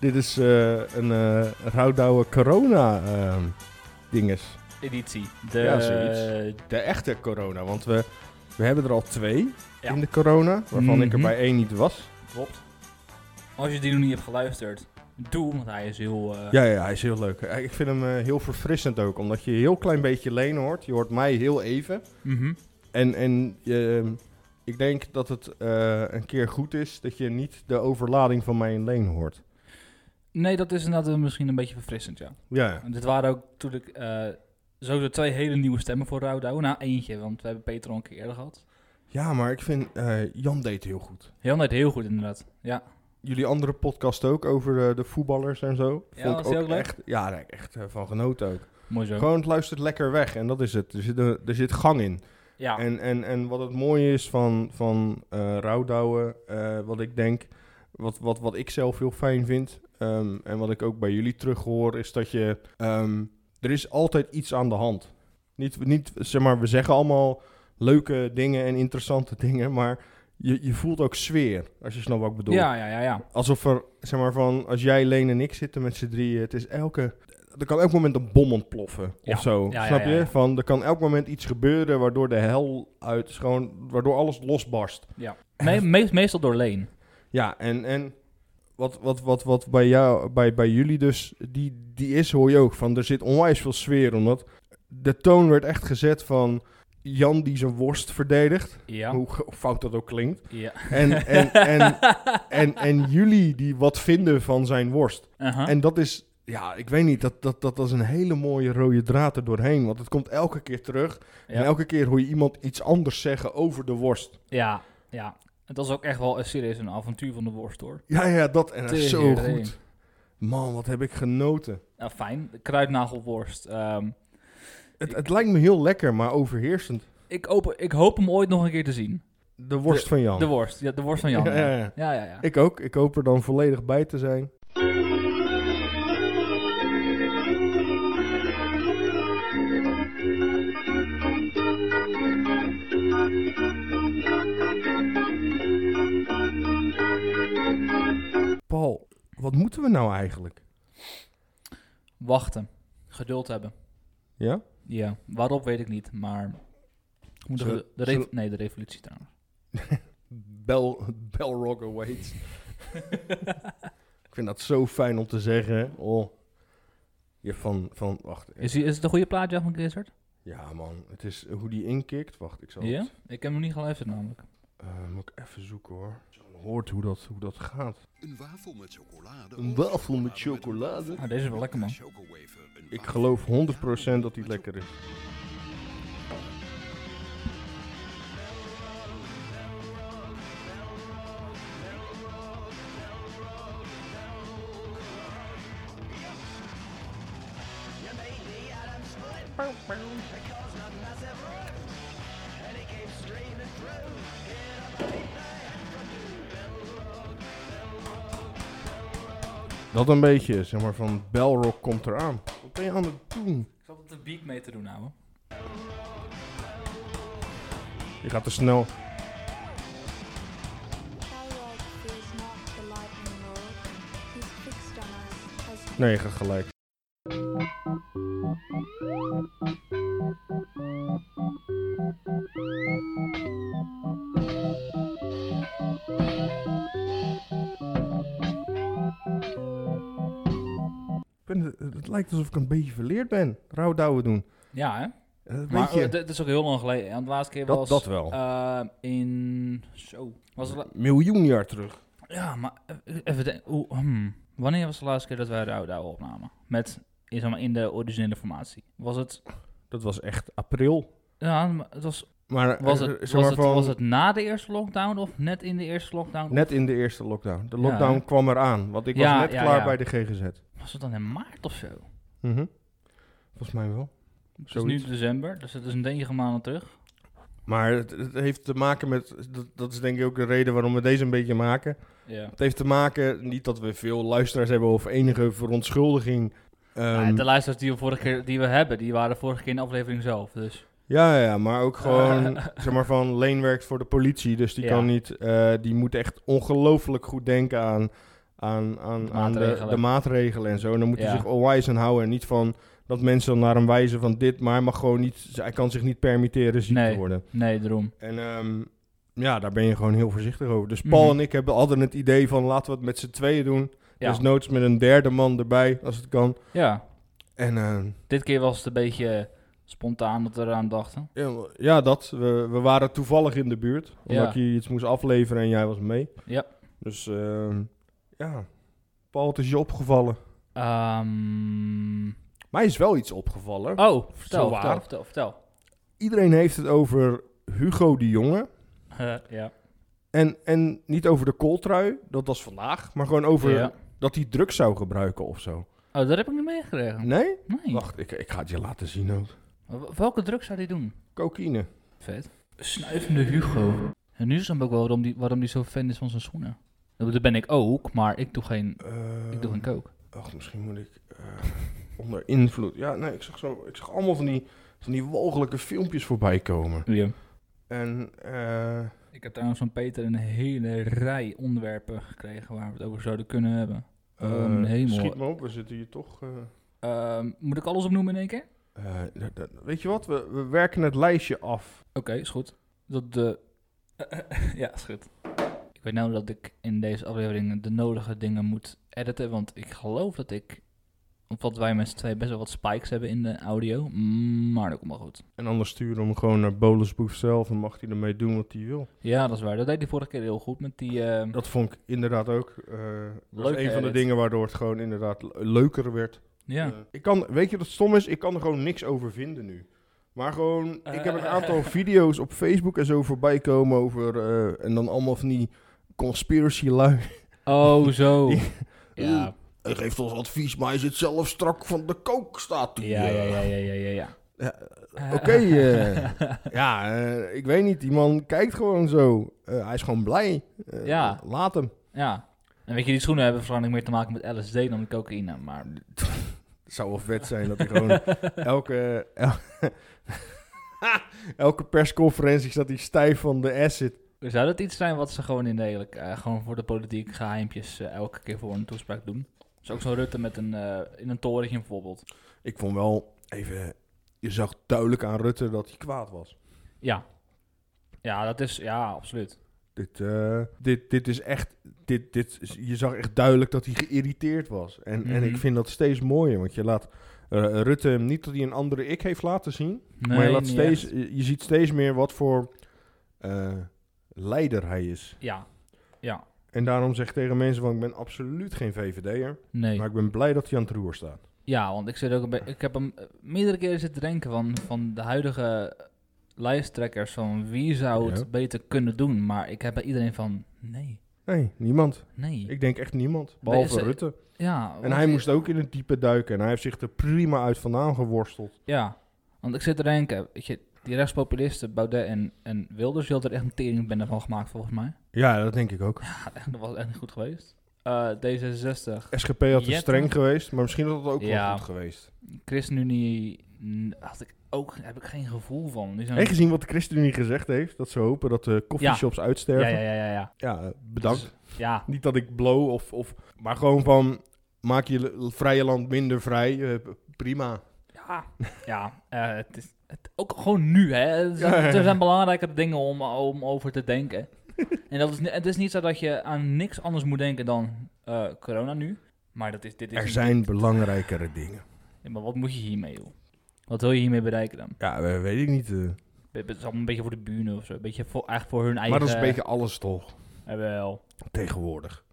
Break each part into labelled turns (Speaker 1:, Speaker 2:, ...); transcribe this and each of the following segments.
Speaker 1: Dit is eh, een eh Roudouwe Corona ehm, dinges.
Speaker 2: editie. De,
Speaker 1: Ja, zoiets. De echte corona, want we, we hebben er al twee
Speaker 2: Ja.
Speaker 1: in de corona, waarvan ik er
Speaker 3: Mhm.
Speaker 1: bij één niet was.
Speaker 2: Klopt. Als je die nog niet hebt geluisterd, doe, want hij is heel... eh,
Speaker 1: Ja, ja, hij is heel leuk. Eh, Ik vind hem eh, heel verfrissend ook, omdat je een heel klein beetje Leen hoort. Je hoort mij heel even.
Speaker 3: Mhm.
Speaker 1: En, en je- ik denk dat het eh, een keer goed is dat je niet de overlading van mijn leen hoort.
Speaker 2: Nee, dat is inderdaad eh, misschien een beetje verfrissend, ja.
Speaker 1: Ja,
Speaker 2: En dit waren ook natuurlijk eh sowieso twee hele nieuwe stemmen voor Roudouw. Nou, eentje, want we hebben Peter al een keer eerder gehad.
Speaker 1: ja maar ik vind eh, Jan deed heel goed.
Speaker 2: Heel net heel goed, inderdaad. Ja,
Speaker 1: Jullie andere podcast ook over eh, de voetballers en zo.
Speaker 2: Ja,
Speaker 1: Vond ik
Speaker 2: was die ook leuk?
Speaker 1: echt, ja, daar heb ik echt eh, van genoten ook.
Speaker 2: mooi zo.
Speaker 1: Gewoon het luistert lekker weg en dat is het. Er zit, een- er zit gang in.
Speaker 2: Ja,
Speaker 1: En, en, en wat het mooie is van, van eh rouwdouwen, eh, wat ik denk, wat, wat, wat ik zelf heel fijn vind, ehm, en wat ik ook bij jullie terughoor, is dat je, ehm, er is altijd iets aan de hand. Niet, niet, zeg maar, we zeggen allemaal leuke dingen en interessante dingen, maar je, je voelt ook sfeer, als je snapt wat ik bedoel.
Speaker 2: ja, ja, ja, ja.
Speaker 1: Alsof er, zeg maar, van, als jij, Leen en ik zitten met z'n drieën, het is elke... Er kan elk moment een bom ontploffen
Speaker 2: Ja.
Speaker 1: of zo.
Speaker 2: Ja, ja,
Speaker 1: snap
Speaker 2: ja,
Speaker 1: je?
Speaker 2: ja.
Speaker 1: Van, er kan elk moment iets gebeuren waardoor de hel uit is gewoon... Waardoor alles losbarst.
Speaker 2: Me- me- meestal door Leen.
Speaker 1: Ja, en, en wat, wat, wat, wat bij, jou, bij, bij jullie dus, die, die is, hoor je ook. Van, er zit onwijs veel sfeer, omdat de toon werd echt gezet van... Jan die zijn worst verdedigt,
Speaker 2: Ja,
Speaker 1: hoe hoe fout dat ook klinkt.
Speaker 2: ja.
Speaker 1: En, en, en, en, en jullie die wat vinden van zijn worst.
Speaker 2: Aha.
Speaker 1: En dat is, ja, ik weet niet, dat, dat, dat, dat is een hele mooie rode draad er doorheen. Want het komt elke keer terug. En
Speaker 2: ja.
Speaker 1: elke keer hoor je iemand iets anders zeggen over de worst.
Speaker 2: ja, ja. Het was ook echt wel een serieus een avontuur van de worst, hoor.
Speaker 1: Ja, ja, dat. En dat is zo
Speaker 2: Tering.
Speaker 1: goed. Man, wat heb ik genoten.
Speaker 2: Nou, fijn. De Kruidnagelworst. ehm,
Speaker 1: Het, het lijkt me heel lekker, maar overheersend.
Speaker 2: ik, open, ik hoop hem ooit nog een keer te zien.
Speaker 1: De worst van Jan.
Speaker 2: De worst. Ja, de worst van Jan.
Speaker 1: Ja, ja, ja.
Speaker 2: ja, ja, ja.
Speaker 1: Ik ook. Ik hoop er dan volledig bij te zijn. Paul, wat moeten we nou eigenlijk?
Speaker 2: Wachten. Geduld hebben.
Speaker 1: Ja?
Speaker 2: Ja, waarop weet ik niet, maar... Moet
Speaker 1: Zullen-
Speaker 2: de, de revo-
Speaker 1: zullen-
Speaker 2: nee, de revolutie trouwens.
Speaker 1: Bell, Rock awaits. ik vind dat zo fijn om te zeggen. Oh, je van, van, wacht.
Speaker 2: Is, die- is het een goede plaatje van Gizzard?
Speaker 1: Ja man, het is eh, hoe die inkikt. Wacht, ik zal
Speaker 2: Ja?
Speaker 1: het-
Speaker 2: Ik heb hem niet geluisterd namelijk.
Speaker 1: Eh, moet ik even zoeken hoor. Als je dan hoort hoe dat, hoe dat gaat.
Speaker 4: Een wafel met chocolade.
Speaker 1: Een
Speaker 4: of
Speaker 1: wafel met chocolade?
Speaker 2: Ah, deze is wel lekker, man.
Speaker 4: Een chocowafer, een
Speaker 1: Ik
Speaker 4: wafel
Speaker 1: geloof
Speaker 4: met
Speaker 1: 100% dat
Speaker 4: chocolade.
Speaker 1: die lekker is. Dat een beetje, zeg maar van Belrock komt eraan. Wat ben je aan het doen?
Speaker 2: Ik zat op de beat mee te doen, ouwe.
Speaker 1: Je gaat te snel.
Speaker 5: Balrog fears not the lightning lord. He's fixed on us as he
Speaker 1: Nee, je gaat gelijk. Ik ben- het, het lijkt alsof ik een beetje verleerd ben. Rauwdouwen doen.
Speaker 2: Ja, hè?
Speaker 1: Eh, Weet
Speaker 2: Maar
Speaker 1: je,
Speaker 2: eh, dit is ook heel lang geleden. En de laatste keer
Speaker 1: dat,
Speaker 2: was...
Speaker 1: dat wel.
Speaker 2: eh, in... Zo. Was het la-
Speaker 1: miljoen jaar terug.
Speaker 2: ja, maar eh, even denken. Hoe- hmm. Wanneer was de laatste keer dat wij de oude opnamen? Met, in, zeg maar, in de originele formatie. Was het...
Speaker 1: Dat was echt april.
Speaker 2: Ja, maar het was,
Speaker 1: Maar
Speaker 2: was,
Speaker 1: eh,
Speaker 2: het,
Speaker 1: zeg
Speaker 2: was,
Speaker 1: maar
Speaker 2: het,
Speaker 1: van-
Speaker 2: was het na de eerste lockdown of net in de eerste lockdown?
Speaker 1: Net in de eerste lockdown. De
Speaker 2: Ja,
Speaker 1: lockdown
Speaker 2: hè?
Speaker 1: kwam eraan, want ik
Speaker 2: Ja,
Speaker 1: was net
Speaker 2: ja,
Speaker 1: klaar
Speaker 2: ja.
Speaker 1: bij de GGZ.
Speaker 2: Was het dan in maart of zo?
Speaker 1: Mhm. Volgens mij wel.
Speaker 2: Het is nu
Speaker 1: Zoiets.
Speaker 2: december, dus het is een enige maanden terug.
Speaker 1: Maar het, het heeft te maken met, dat, dat is denk ik ook de reden waarom we deze een beetje maken.
Speaker 2: Ja.
Speaker 1: Het heeft te maken, niet dat we veel luisteraars hebben of enige verontschuldiging. Ehm,
Speaker 2: de luisteraars die we, vorige keer, die we hebben, die waren vorige keer in de aflevering zelf. Dus
Speaker 1: ja, ja, maar ook gewoon, zeg maar van, Leen werkt voor de politie, dus die
Speaker 2: Ja.
Speaker 1: kan niet, eh, die moet echt ongelooflijk goed denken aan, aan, aan,
Speaker 2: De
Speaker 1: aan de,
Speaker 2: maatregelen.
Speaker 1: de maatregelen en zo. En dan moet
Speaker 2: Ja.
Speaker 1: hij zich onwijs aan houden. En niet van dat mensen dan naar hem wijzen van dit, maar hij mag gewoon niet, hij kan zich niet permitteren ziek
Speaker 2: Nee.
Speaker 1: te worden.
Speaker 2: Nee, daarom.
Speaker 1: En ehm, ja, daar ben je gewoon heel voorzichtig over. Dus Paul
Speaker 2: Mhm.
Speaker 1: en ik hebben altijd het idee van laten we het met z'n tweeën doen.
Speaker 2: Ja.
Speaker 1: Dus noods met een derde man erbij, als het kan.
Speaker 2: ja.
Speaker 1: En ehm,
Speaker 2: Dit keer was het een beetje spontaan dat we eraan dachten.
Speaker 1: ja, ja, dat. We, we waren toevallig in de buurt. Omdat
Speaker 2: Ja.
Speaker 1: je iets moest afleveren en jij was mee.
Speaker 2: Ja.
Speaker 1: Dus ehm, ja, Paul, het is je opgevallen.
Speaker 2: Ehm,
Speaker 1: Mij is wel iets opgevallen.
Speaker 2: oh, vertel,
Speaker 1: waar.
Speaker 2: vertel, vertel, vertel.
Speaker 1: Iedereen heeft het over Hugo de Jonge.
Speaker 2: Eh, ja.
Speaker 1: En, en niet over de kooltrui, dat was vandaag. Maar gewoon over
Speaker 2: ja.
Speaker 1: dat hij drugs zou gebruiken of zo.
Speaker 2: Oh, dat heb ik niet meegekregen.
Speaker 1: Nee?
Speaker 2: Nee.
Speaker 1: Wacht, ik, ik ga het je laten zien ook.
Speaker 2: W- Welke druk zou die doen?
Speaker 1: Cocaïne.
Speaker 2: Vet. Snuivende Hugo. En nu snap ik wel waarom die, waarom die zo fan is van zijn schoenen. Dat ben ik ook, maar ik doe geen, Eh, ik doe geen coke.
Speaker 1: Ach, Ehm, misschien moet ik eh, onder invloed. Ja, nee, ik zag, zo, ik zag allemaal van die, van die walgelijke filmpjes voorbij komen. En eh,
Speaker 2: Ik heb trouwens van Peter een hele rij onderwerpen gekregen waar we het over zouden kunnen hebben. Oh,
Speaker 1: eh,
Speaker 2: hemel.
Speaker 1: schiet me op, we zitten hier toch. eh,
Speaker 2: Ehm, moet ik alles opnoemen in één keer?
Speaker 1: eh, d- d- weet je wat, we, we werken het lijstje af.
Speaker 2: Oké, is goed. Dat de... eh, ja, is goed. Ik weet nou dat ik in deze aflevering de nodige dingen moet editen, want ik geloof dat ik, omdat wij met z'n twee best wel wat spikes hebben in de audio, maar dat komt wel goed.
Speaker 1: En anders sturen we hem gewoon naar Bolusboef zelf en mag hij ermee doen wat hij wil.
Speaker 2: Ja, dat is waar. Dat deed hij vorige keer heel goed met die... ehm,
Speaker 1: Dat vond ik inderdaad ook. eh dat
Speaker 2: Leuke
Speaker 1: is een van de
Speaker 2: edit.
Speaker 1: dingen waardoor het gewoon inderdaad le- leuker werd.
Speaker 2: ja.
Speaker 1: Eh, ik kan, weet je wat stom is? Ik kan er gewoon niks over vinden nu. Maar gewoon, ik heb een
Speaker 2: Eh.
Speaker 1: aantal video's op Facebook en zo voorbij komen over... eh, en dan allemaal van die conspiracy lui.
Speaker 2: Oh, zo.
Speaker 1: Die-
Speaker 2: ja.
Speaker 1: Hij geeft ons advies, maar hij zit zelf strak van de kook, staat hij.
Speaker 2: Ja, ja,
Speaker 1: eh.
Speaker 2: ja, ja, ja, ja, ja.
Speaker 1: Oké, eh, ja, eh, ik weet niet. Die man kijkt gewoon zo. Eh, hij is gewoon blij. Eh,
Speaker 2: Ja.
Speaker 1: Laat hem.
Speaker 2: Ja. En weet je, die schoenen hebben waarschijnlijk meer te maken met LSD dan met cocaïne, maar...
Speaker 1: Het zou wel vet zijn dat hij gewoon elke... el- elke persconferentie staat hij stijf van de acid.
Speaker 2: Zou dat iets zijn wat ze gewoon in de hele, eh, gewoon voor de politiek geheimpjes eh, elke keer voor een toespraak doen? Dus ook zo'n Rutte met een, eh, in een torentje bijvoorbeeld.
Speaker 1: Ik vond wel even. Je zag duidelijk aan Rutte dat hij kwaad was.
Speaker 2: Ja. Ja, dat is, ja, absoluut.
Speaker 1: Dit, eh, dit, dit is echt. Dit, dit, is- je zag echt duidelijk dat hij geïrriteerd was. En, en
Speaker 2: Mhm.
Speaker 1: ik vind dat steeds mooier. Want je laat eh, Rutte hem niet dat hij een andere ik heeft laten zien. maar je, laat
Speaker 2: niet
Speaker 1: steeds,
Speaker 2: echt.
Speaker 1: je je ziet steeds meer wat voor eh, leider hij is.
Speaker 2: Ja.
Speaker 1: En daarom zeg ik tegen mensen: van, Ik ben absoluut geen VVD'er.
Speaker 2: Nee.
Speaker 1: Maar ik ben blij dat hij aan het roer staat.
Speaker 2: Ja, want ik, zit ook een be- ik heb hem eh, meerdere keren zitten denken van, van de huidige lijsttrekkers van wie zou het
Speaker 1: Ja.
Speaker 2: beter kunnen doen. Maar ik heb bij iedereen van, nee,
Speaker 1: Nee, niemand.
Speaker 2: nee.
Speaker 1: Ik denk echt niemand.
Speaker 2: Maar
Speaker 1: Behalve
Speaker 2: is er-
Speaker 1: Rutte.
Speaker 2: ja,
Speaker 1: En
Speaker 2: want-
Speaker 1: hij moest ook in het diepe duiken. En hij heeft zich er prima uit vandaan geworsteld.
Speaker 2: Ja, want ik zit te denken, weet je, die rechtspopulisten, Baudet en, en Wilders, die hadden er echt een teringbende van gemaakt volgens mij.
Speaker 1: Ja, dat denk ik ook.
Speaker 2: Ja, dat was echt niet goed geweest. Eh, D66,
Speaker 1: SGP had te
Speaker 2: Jetten.
Speaker 1: streng geweest. Maar misschien had dat ook
Speaker 2: Ja.
Speaker 1: wel goed geweest.
Speaker 2: ChristenUnie, n- had ik ook, heb ik geen gevoel van. Die zijn-
Speaker 1: En gezien wat de ChristenUnie gezegd heeft. Dat ze hopen dat de coffeeshops
Speaker 2: ja,
Speaker 1: uitsterven.
Speaker 2: ja,
Speaker 1: Ja,
Speaker 2: ja, ja, ja.
Speaker 1: eh, bedankt.
Speaker 2: Dus, ja,
Speaker 1: Niet dat ik blow of, of... Maar gewoon van... Maak je l- vrije land minder vrij. eh, p- prima.
Speaker 2: ja, ja eh, het is het, ook gewoon nu, hè. Er zijn,
Speaker 1: Ja, ja, ja.
Speaker 2: er zijn belangrijkere dingen om, om over te denken. en dat is, ni- het is niet zo dat je aan niks anders moet denken dan eh, corona nu. Maar dat is, dit is
Speaker 1: Er
Speaker 2: een-
Speaker 1: zijn belangrijkere dingen.
Speaker 2: Ja, maar wat moet je hiermee, joh? Wat wil je hiermee bereiken dan?
Speaker 1: Ja, eh, weet ik niet. eh.
Speaker 2: Be- be- Het is allemaal een beetje voor de buren of zo. Een beetje voor, eigenlijk voor hun eigen...
Speaker 1: Maar dat is een beetje alles toch.
Speaker 2: Jawel.
Speaker 1: Tegenwoordig.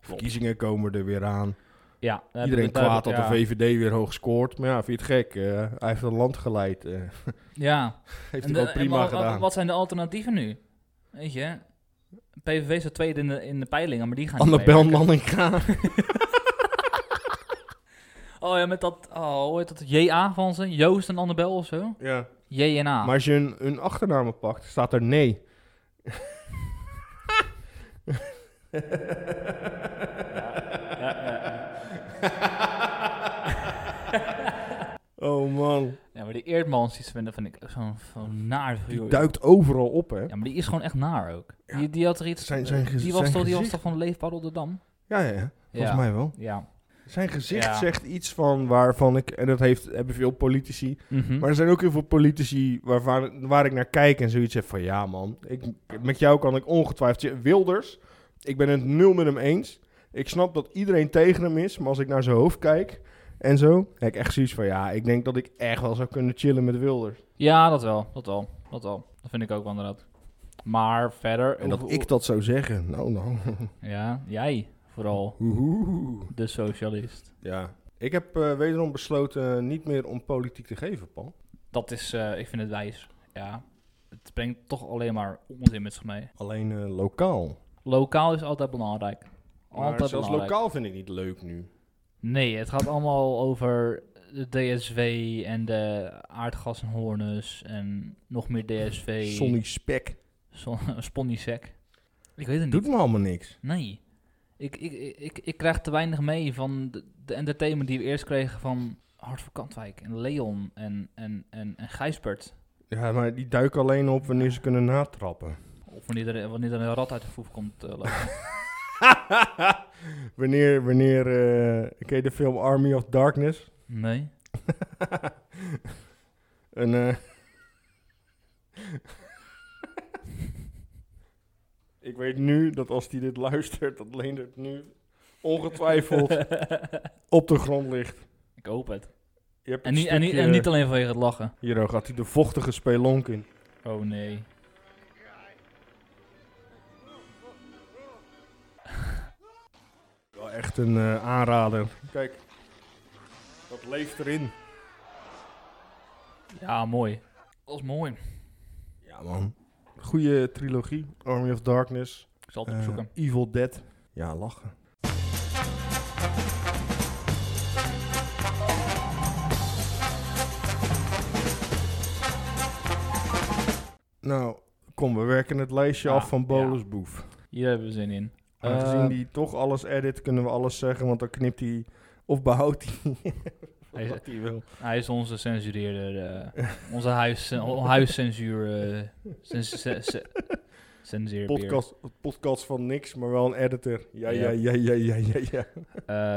Speaker 1: Verkiezingen komen er weer aan.
Speaker 2: Ja. daar heb ik
Speaker 1: Iedereen
Speaker 2: het duidelijk-
Speaker 1: kwaad dat
Speaker 2: ja.
Speaker 1: de VVD weer hoog scoort. Maar ja, vind je het gek? eh, hij heeft het land geleid. eh,
Speaker 2: Ja.
Speaker 1: heeft
Speaker 2: En
Speaker 1: hij
Speaker 2: de-
Speaker 1: gewoon
Speaker 2: en
Speaker 1: prima
Speaker 2: wat- wat-
Speaker 1: gedaan.
Speaker 2: Wat zijn de alternatieven nu? Weet je, PVV staat tweede in de, in de peilingen, maar die gaan niet
Speaker 1: Annabel
Speaker 2: meewerken.
Speaker 1: Nanninga.
Speaker 2: Oh ja, met dat... Oh, hoe heet dat? JA van ze? Joost en Annabel of zo?
Speaker 1: ja.
Speaker 2: JNA.
Speaker 1: Maar als je een, een achternaam pakt, staat er nee. oh man.
Speaker 2: Ja, maar die Eerdmans, die vinden, vind ik ook zo'n zo'n naar
Speaker 1: Die
Speaker 2: figuur.
Speaker 1: duikt overal op, hè?
Speaker 2: Ja, maar die is gewoon echt naar ook. Die, die had er iets...
Speaker 1: Zijn- zijn gez-
Speaker 2: die, was
Speaker 1: zijn
Speaker 2: toch, die was
Speaker 1: gezicht.
Speaker 2: toch van Leefbaar Rotterdam?
Speaker 1: Ja, ja. ja. Volgens mij wel.
Speaker 2: Ja.
Speaker 1: Zijn gezicht
Speaker 2: Ja.
Speaker 1: zegt iets van waarvan ik, en dat heeft, hebben veel politici,
Speaker 2: Mhm.
Speaker 1: Maar er zijn ook heel veel politici waarvan, waar ik naar kijk en zoiets heb van... Ja man, ik, met jou kan ik ongetwijfeld... je- Wilders, ik ben het nul met hem eens. Ik snap dat iedereen tegen hem is, maar als ik naar zijn hoofd kijk en zo... heb ik echt zoiets van ja, ik denk dat ik echt wel zou kunnen chillen met Wilders.
Speaker 2: ja, dat wel. Dat wel. Dat wel. Dat vind ik ook wel inderdaad. Maar verder...
Speaker 1: En dat
Speaker 2: hoe-
Speaker 1: ik dat zou zeggen, nou nou.
Speaker 2: Ja, jij vooral.
Speaker 1: Oeh.
Speaker 2: De socialist.
Speaker 1: Ja, ik heb eh, wederom besloten niet meer om politiek te geven, Paul.
Speaker 2: Dat is, eh, ik vind het wijs. Ja. Het brengt toch alleen maar onzin met zich mee.
Speaker 1: Alleen eh, lokaal.
Speaker 2: Lokaal is altijd belangrijk. Altijd
Speaker 1: Maar zelfs
Speaker 2: belangrijk.
Speaker 1: lokaal vind ik niet leuk nu.
Speaker 2: Nee, het gaat allemaal over de DSW en de aardgas en hoornes en nog meer DSV.
Speaker 1: Sonny Spek.
Speaker 2: Son- Sponnisec. Ik weet het niet.
Speaker 1: Doet me allemaal niks.
Speaker 2: Nee. Ik, ik, ik, ik, ik krijg te weinig mee van de, de entertainment die we eerst kregen van Hart voor Kantwijk en Leon en, en, en, en Gijsbert.
Speaker 1: Ja, maar die duiken alleen op wanneer ze kunnen natrappen.
Speaker 2: Of wanneer er, wanneer er een rat uit de voef komt eh, lopen.
Speaker 1: wanneer, wanneer, eh ken je de film Army of Darkness?
Speaker 2: Nee.
Speaker 1: Een, eh, Ik weet nu dat als die dit luistert, dat Leendert nu ongetwijfeld op de grond ligt.
Speaker 2: ik hoop het.
Speaker 1: Je hebt
Speaker 2: En
Speaker 1: het
Speaker 2: niet, en, niet,
Speaker 1: stukje-
Speaker 2: en niet alleen vanwege het lachen.
Speaker 1: Hier oh, gaat hij de vochtige spelonk in.
Speaker 2: Oh nee.
Speaker 1: Wel echt een eh, aanrader. Kijk, dat leeft erin.
Speaker 2: Ja, mooi. Dat is mooi.
Speaker 1: Ja man. Goede trilogie, Army of Darkness.
Speaker 2: Ik zal het opzoeken.
Speaker 1: Eh, Evil Dead. Ja, lachen. Nou, kom, we werken het lijstje
Speaker 2: Ja,
Speaker 1: af van
Speaker 2: ja.
Speaker 1: Bolusboef.
Speaker 2: Hier hebben we zin in.
Speaker 1: Aangezien
Speaker 2: Eh,
Speaker 1: die toch alles edit, kunnen we alles zeggen, want dan knipt hij of behoudt hij
Speaker 2: Hij is-
Speaker 1: wat hij wil.
Speaker 2: Hij is onze censureerder. eh, onze huis, huiscensuur. eh, cens- ce- ce- censureerbeer.
Speaker 1: Podcast, podcast van niks, maar wel een editor. Ja, ja,
Speaker 2: Ja.
Speaker 1: ja, ja, ja, ja, ja.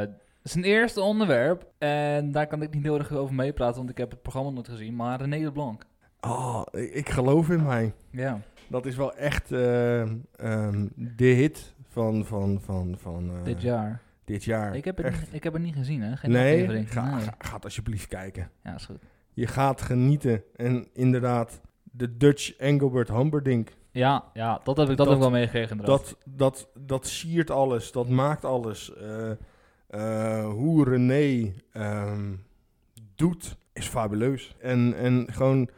Speaker 2: Eh, zijn eerste onderwerp. En daar kan ik niet heel erg over meepraten, want ik heb het programma nooit gezien. Maar René de Blanc.
Speaker 1: Oh, ik, ik geloof in mij.
Speaker 2: Ja.
Speaker 1: Dat is wel echt ehm, ehm, de hit van, van, van, van eh,
Speaker 2: Dit jaar.
Speaker 1: dit jaar.
Speaker 2: Ik heb, het
Speaker 1: Echt.
Speaker 2: niet, ik heb het niet gezien, hè? Geen
Speaker 1: Nee,
Speaker 2: aflevering.
Speaker 1: ga,
Speaker 2: Nee.
Speaker 1: ga, ga het alsjeblieft kijken.
Speaker 2: Ja, is goed.
Speaker 1: Je gaat genieten. En inderdaad, de Dutch Engelbert Humperdinck.
Speaker 2: Ja, ja dat heb ik, dat
Speaker 1: Dat-
Speaker 2: heb ik wel meegekregen. inderdaad.
Speaker 1: Dat, dat, dat siert alles, dat maakt alles. Eh, eh, hoe René ehm, doet, is fabuleus. En, en gewoon,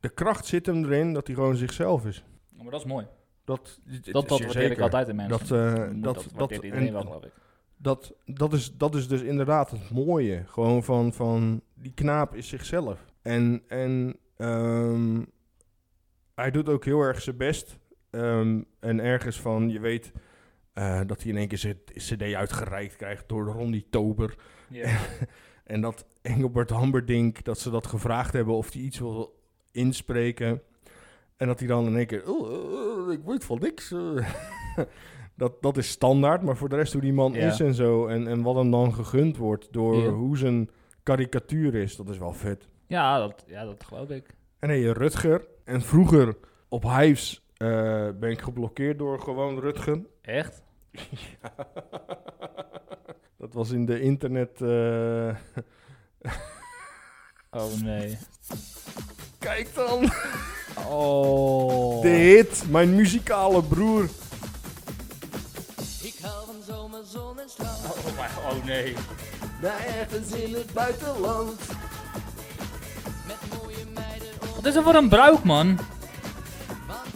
Speaker 1: de kracht zit hem erin dat hij gewoon zichzelf is.
Speaker 2: Ja, maar dat is mooi.
Speaker 1: Dat, dit- dit
Speaker 2: Dat,
Speaker 1: is
Speaker 2: dat
Speaker 1: je
Speaker 2: waardeer ik
Speaker 1: zeker.
Speaker 2: altijd in mensen.
Speaker 1: Dat, eh,
Speaker 2: Moet-
Speaker 1: dat,
Speaker 2: dat
Speaker 1: dat,
Speaker 2: waardeert
Speaker 1: en-
Speaker 2: iedereen wel, geloof ik.
Speaker 1: dat, dat, is, dat is dus inderdaad het mooie. Gewoon van, van die knaap is zichzelf. En, en ehm, hij doet ook heel erg zijn best. Ehm, en ergens van, je weet eh, dat hij in één keer zijn cd uitgereikt krijgt door Ronnie Tober.
Speaker 2: Ja.
Speaker 1: En dat Engelbert Hamperdink, dat ze dat gevraagd hebben of hij iets wil inspreken. En dat hij dan in één keer, "Oh, eh, eh, ik weet van niks. eh." dat, dat is standaard, maar voor de rest hoe die man
Speaker 2: Ja.
Speaker 1: is en zo. En, en wat hem dan gegund wordt door
Speaker 2: Ja.
Speaker 1: hoe zijn karikatuur is, dat is wel vet.
Speaker 2: Ja, dat, ja, dat geloof ik.
Speaker 1: En hé, Rutger. En vroeger op Hives eh, ben ik geblokkeerd door gewoon Rutger.
Speaker 2: Echt?
Speaker 1: Ja. dat was in de internet... eh,
Speaker 2: Oh nee.
Speaker 1: Kijk dan!
Speaker 2: Oh.
Speaker 1: De hit, mijn muzikale broer.
Speaker 3: Ik hou van zomer, zon en strand.
Speaker 2: Oh, mijn- oh nee.
Speaker 3: Daar ergens in het buitenland. Met mooie meiden om.
Speaker 2: Wat is er voor een bruik, man?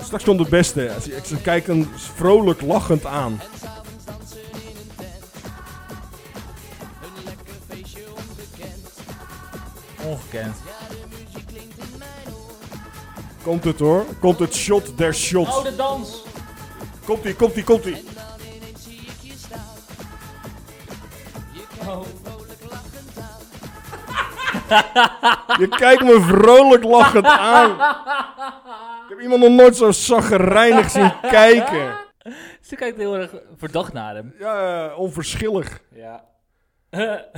Speaker 1: Straks komt de beste. Als je- Ik kijk hem vrolijk lachend aan.
Speaker 3: En s'avonds dansen in een tent. Een lekker feestje onbekend.
Speaker 2: Ongekend.
Speaker 3: Ja, de muziek klinkt in mijn oor.
Speaker 1: Komt het hoor. Komt het shot der shots.
Speaker 2: de dans.
Speaker 1: Komt ie, komt ie, komt ie.
Speaker 3: En dan ineens zie ik je staan. Je kijkt me vrolijk lachend aan.
Speaker 1: Je kijkt me vrolijk lachend aan. Ik heb iemand nog nooit zo zagrijnig zien kijken.
Speaker 2: Ze kijkt heel erg verdacht naar hem.
Speaker 1: Ja, eh, onverschillig.
Speaker 2: Ja.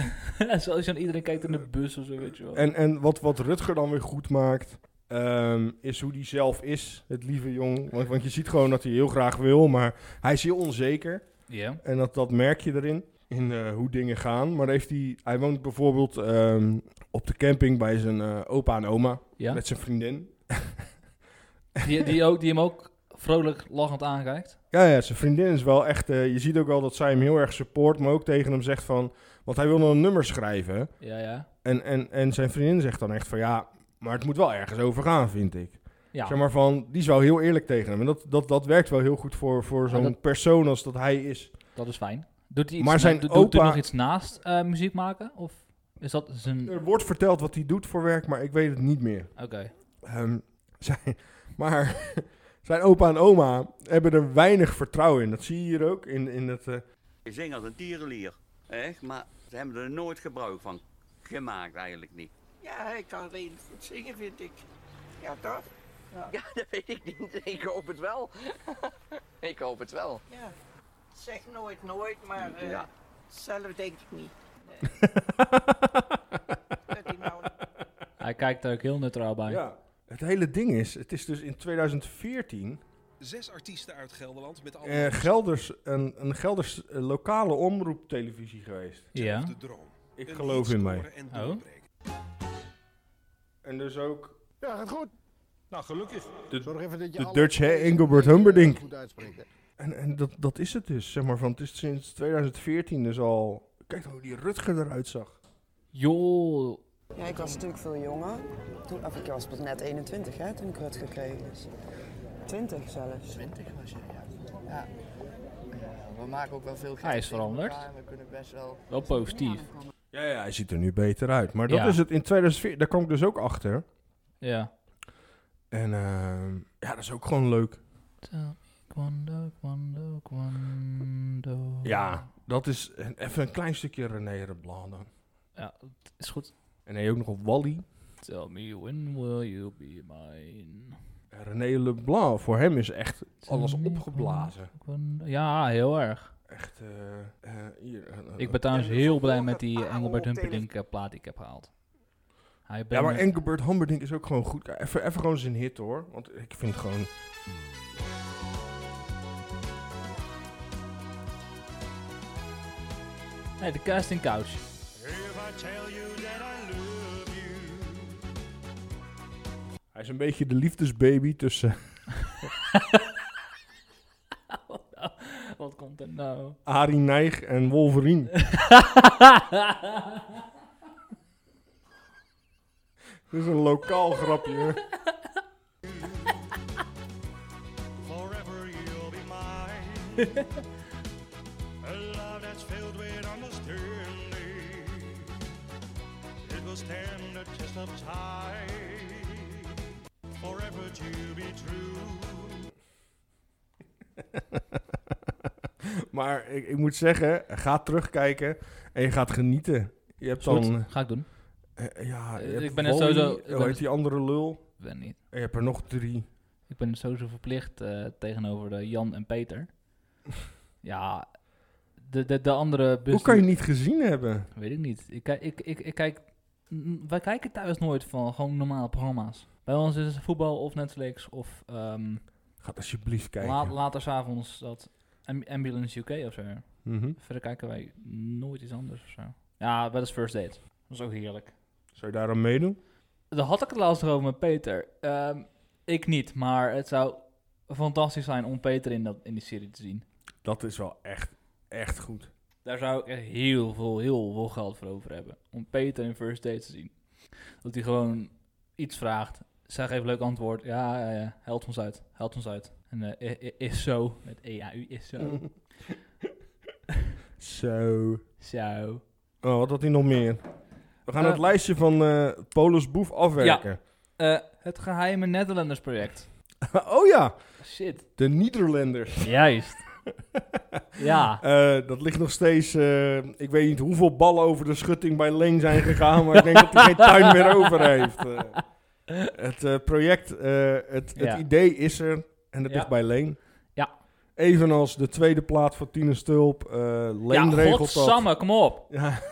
Speaker 2: Zoals je aan iedereen kijkt in de bus of zo, weet je wel.
Speaker 1: En, en wat, wat Rutger dan weer goed maakt, ehm, is hoe hij zelf is, het lieve jong. Want, want je ziet gewoon dat hij heel graag wil, maar hij is heel onzeker.
Speaker 2: Ja.
Speaker 1: En dat, dat merk je erin, in eh, hoe dingen gaan. Maar heeft hij, hij woont bijvoorbeeld ehm, op de camping bij zijn eh, opa en oma,
Speaker 2: ja.
Speaker 1: met zijn vriendin.
Speaker 2: Die, die, ook, die hem ook vrolijk lachend aankijkt.
Speaker 1: Ja, ja, zijn vriendin is wel echt, eh, je ziet ook wel dat zij hem heel erg support, maar ook tegen hem zegt van, want hij wil een nummer schrijven.
Speaker 2: Ja, ja.
Speaker 1: En, en, en zijn vriendin zegt dan echt van, ja, maar het moet wel ergens over gaan, vind ik.
Speaker 2: Ja.
Speaker 1: Zeg maar van, die is wel heel eerlijk tegen hem. En dat, dat, dat werkt wel heel goed voor, voor
Speaker 2: Ja,
Speaker 1: zo'n
Speaker 2: dat-
Speaker 1: persoon als dat hij is.
Speaker 2: Dat is fijn. Doet hij iets,
Speaker 1: Maar
Speaker 2: na-
Speaker 1: zijn
Speaker 2: doet, doet hij
Speaker 1: opa-
Speaker 2: nog iets naast eh, muziek maken? Of is dat zijn...
Speaker 1: Er wordt verteld wat hij doet voor werk, maar ik weet het niet meer.
Speaker 2: Oké.
Speaker 1: Ehm, zijn, maar zijn opa en oma hebben er weinig vertrouwen in. Dat zie je hier ook. In, in het, eh,
Speaker 6: Ik zing als een tierenlier. Echt, maar ze hebben er nooit gebruik van gemaakt eigenlijk niet.
Speaker 7: Ja, hij kan alleen goed zingen, vind ik. Ja, toch?
Speaker 8: Ja, dat weet ik niet. Ik hoop het wel. ik hoop het wel.
Speaker 7: Ja. Zeg nooit nooit, maar eh,
Speaker 6: Ja.
Speaker 7: zelf denk ik niet. Nee. dat hij nou...
Speaker 2: Hij kijkt daar ook heel neutraal bij.
Speaker 1: ja, het hele ding is, het is dus in 2014
Speaker 4: Zes artiesten uit Gelderland met
Speaker 2: Oh.
Speaker 1: eh,
Speaker 4: allemaal
Speaker 1: Gelders, een, een Gelders eh, lokale omroeptelevisie geweest.
Speaker 2: Ja.
Speaker 4: de droom.
Speaker 1: Ik
Speaker 4: Een
Speaker 1: geloof in mij.
Speaker 4: scoren en
Speaker 2: Oh.
Speaker 4: doorbreken.
Speaker 1: En dus ook
Speaker 9: Ja, gaat goed. Nou, gelukkig.
Speaker 1: De-
Speaker 9: Zorg even dat je
Speaker 1: de
Speaker 9: alle
Speaker 1: Dutch, hè,
Speaker 9: Chinese
Speaker 1: Engelbert
Speaker 9: dingen
Speaker 1: Humperdinck.
Speaker 9: Goed uitspreekt.
Speaker 1: En, en dat, dat is het dus, zeg maar, van het is sinds 2014 dus al... Kijk nou hoe die Rutger eruit zag.
Speaker 2: Joh.
Speaker 10: Ja, ik was natuurlijk veel jonger. Toen, of ik was pas net 21 hè, toen ik Rutger kreeg. Dus 20 zelfs.
Speaker 8: 20 was je, ja. ja. Eh, we maken ook wel veel geld.
Speaker 2: Hij is
Speaker 8: tegen elkaar
Speaker 2: veranderd.
Speaker 8: en We kunnen best wel...
Speaker 2: Wel positief.
Speaker 1: Ja, ja, hij ziet er nu beter uit. Maar dat
Speaker 2: Ja.
Speaker 1: is het in 2014, daar kwam ik dus ook achter.
Speaker 2: Ja.
Speaker 1: En ehm, ja, dat is ook gewoon leuk.
Speaker 2: Kwando, kwando, kwando.
Speaker 1: Ja, dat is en even een klein stukje René Leblanc dan.
Speaker 2: Ja, het is goed.
Speaker 1: En hij ook nog op Wally.
Speaker 2: Tell me when will you be mine.
Speaker 1: En René Leblanc, voor hem is echt alles opgeblazen.
Speaker 2: Kwando- Ja, heel erg.
Speaker 1: Echt, eh, eh, hier. eh, eh,
Speaker 2: Ik ben trouwens
Speaker 9: En dus
Speaker 2: heel blij
Speaker 9: nog
Speaker 2: met
Speaker 9: het
Speaker 2: die
Speaker 9: oude
Speaker 2: Engelbert
Speaker 9: tele-
Speaker 2: Humperdinck eh, plaat die ik heb gehaald. Hij
Speaker 1: ja, maar
Speaker 2: brengt-
Speaker 1: Engelbert Humperdinck is ook gewoon goed. Ja, Even, even gewoon zijn hit hoor. Want ik vind het gewoon...
Speaker 2: Nee, de casting couch.
Speaker 1: Hij is een beetje de liefdesbaby tussen
Speaker 2: Wat komt er nou?
Speaker 1: Arie Nijg en Wolverine. Dit is een lokaal grapje. hè. Maar ik, ik moet zeggen, ga terugkijken en je gaat genieten. Je hebt
Speaker 2: Is goed,
Speaker 1: dan...
Speaker 2: ga ik doen.
Speaker 1: eh, ja, je
Speaker 2: Eh,
Speaker 1: hebt
Speaker 2: ik ben er
Speaker 1: Wally,
Speaker 2: sowieso- ik
Speaker 1: eh,
Speaker 2: ben
Speaker 1: Hoe
Speaker 2: er-
Speaker 1: heet die andere lul?
Speaker 2: Ik ben, niet,
Speaker 1: En je hebt er nog drie.
Speaker 2: ik ben sowieso verplicht eh, tegenover eh, Jan en Peter. ja, de, de, de andere bus...
Speaker 1: Hoe kan je niet gezien hebben?
Speaker 2: Weet ik niet. Ik, kijk- ik, ik, ik kijk... n- Wij kijken thuis nooit van gewoon normale programma's. Bij ons is het voetbal of Netflix of ehm
Speaker 1: Ga alsjeblieft kijken.
Speaker 2: la, later s'avonds dat Am- Ambulance UK of zo.
Speaker 1: Mhm.
Speaker 2: Verder kijken wij nooit iets anders of zo. Ja, wel eens First Date. Dat is ook heerlijk.
Speaker 1: Zou je daar aan meedoen?
Speaker 2: Daar had ik het laatst over met Peter. Ehm, ik niet, maar het zou fantastisch zijn om Peter in, dat, in die serie te zien.
Speaker 1: Dat is wel echt, echt goed.
Speaker 2: Daar zou ik echt heel veel, heel veel geld voor over hebben. Om Peter in First Date te zien. Dat hij gewoon iets vraagt. Zij geeft een leuk antwoord. Ja, ja, ja. Helpt ons uit. Helpt ons uit. En eh, i- i- is zo. Met E-A-U is zo.
Speaker 1: Zo.
Speaker 2: Zo.
Speaker 1: Oh, wat had hij nog meer? We gaan
Speaker 2: Eh,
Speaker 1: het lijstje van eh Polis Boef afwerken.
Speaker 2: Eh, het geheime Nederlanders project.
Speaker 1: oh ja,
Speaker 2: Shit.
Speaker 1: de Nederlanders.
Speaker 2: Juist. ja.
Speaker 1: Eh, dat ligt nog steeds... eh, ik weet niet hoeveel ballen over de schutting bij Leen zijn gegaan... maar ik denk dat hij geen tuin meer over heeft. Eh, het eh, project, eh, het, het
Speaker 2: Ja.
Speaker 1: idee is er. En dat
Speaker 2: Ja.
Speaker 1: ligt bij Leen.
Speaker 2: Ja.
Speaker 1: Evenals de tweede plaat voor Tine Stulp. eh Leen
Speaker 2: ja,
Speaker 1: regelt dat.
Speaker 2: godsamme, kom op.
Speaker 1: Ja.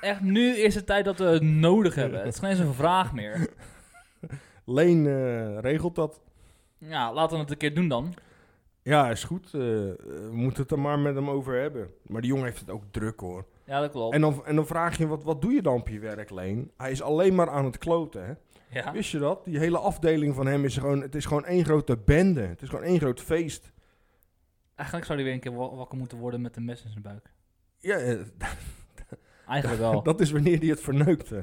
Speaker 2: Echt, nu is het tijd dat we het nodig hebben. Het is geen eens een vraag meer.
Speaker 1: Leen eh, regelt dat.
Speaker 2: Ja, laten we het een keer doen dan.
Speaker 1: Ja, is goed. eh, we moeten het er maar met hem over hebben. Maar die jongen heeft het ook druk hoor.
Speaker 2: Ja, dat klopt.
Speaker 1: En dan, en dan vraag je, wat, wat doe je dan op je werk, Leen? Hij is alleen maar aan het kloten, hè?
Speaker 2: ja.
Speaker 1: Wist je dat? Die hele afdeling van hem is gewoon... Het is gewoon één grote bende. Het is gewoon één groot feest.
Speaker 2: Eigenlijk zou hij weer een keer wa- wakker moeten worden met een mes in zijn buik.
Speaker 1: Ja, eh,
Speaker 2: Eigenlijk wel.
Speaker 1: dat is wanneer hij het verneukt. hè.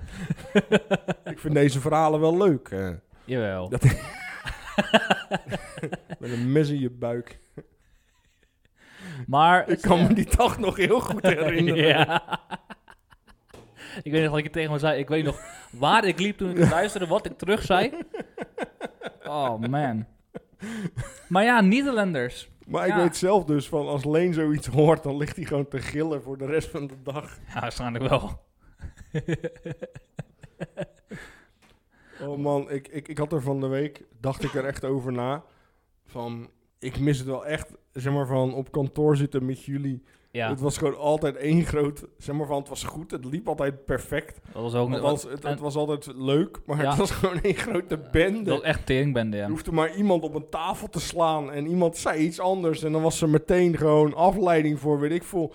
Speaker 1: Ik vind deze verhalen wel leuk. hè.
Speaker 2: Jawel.
Speaker 1: Dat- Met een mes in je buik.
Speaker 2: Maar... eh,
Speaker 1: Ik kan me die dag nog heel goed herinneren.
Speaker 2: ja. Ik weet nog dat ik het tegen me zei. Ik weet nog waar ik liep toen ik het luisterde, wat ik terug zei. Oh man. Maar ja, Nederlanders.
Speaker 1: Maar ik
Speaker 2: Ja.
Speaker 1: weet zelf dus van als Leen zoiets hoort, dan ligt hij gewoon te gillen voor de rest van de dag.
Speaker 2: Ja, waarschijnlijk wel.
Speaker 1: Oh man, ik, ik, ik had er van de week, dacht ik er echt over na. Van, ik mis het wel echt, zeg maar van op kantoor zitten met jullie.
Speaker 2: Ja,
Speaker 1: Het was gewoon altijd één groot, zeg maar van het was goed, het liep altijd perfect.
Speaker 2: dat was ook...
Speaker 1: Althans, het, het
Speaker 2: en-
Speaker 1: was altijd leuk, maar
Speaker 2: Ja.
Speaker 1: het was gewoon één grote
Speaker 2: dat
Speaker 1: bende.
Speaker 2: was echt teringbende,
Speaker 1: Er
Speaker 2: ja.
Speaker 1: hoefde maar iemand op een tafel te slaan en iemand zei iets anders. En dan was er meteen gewoon afleiding voor, weet ik veel,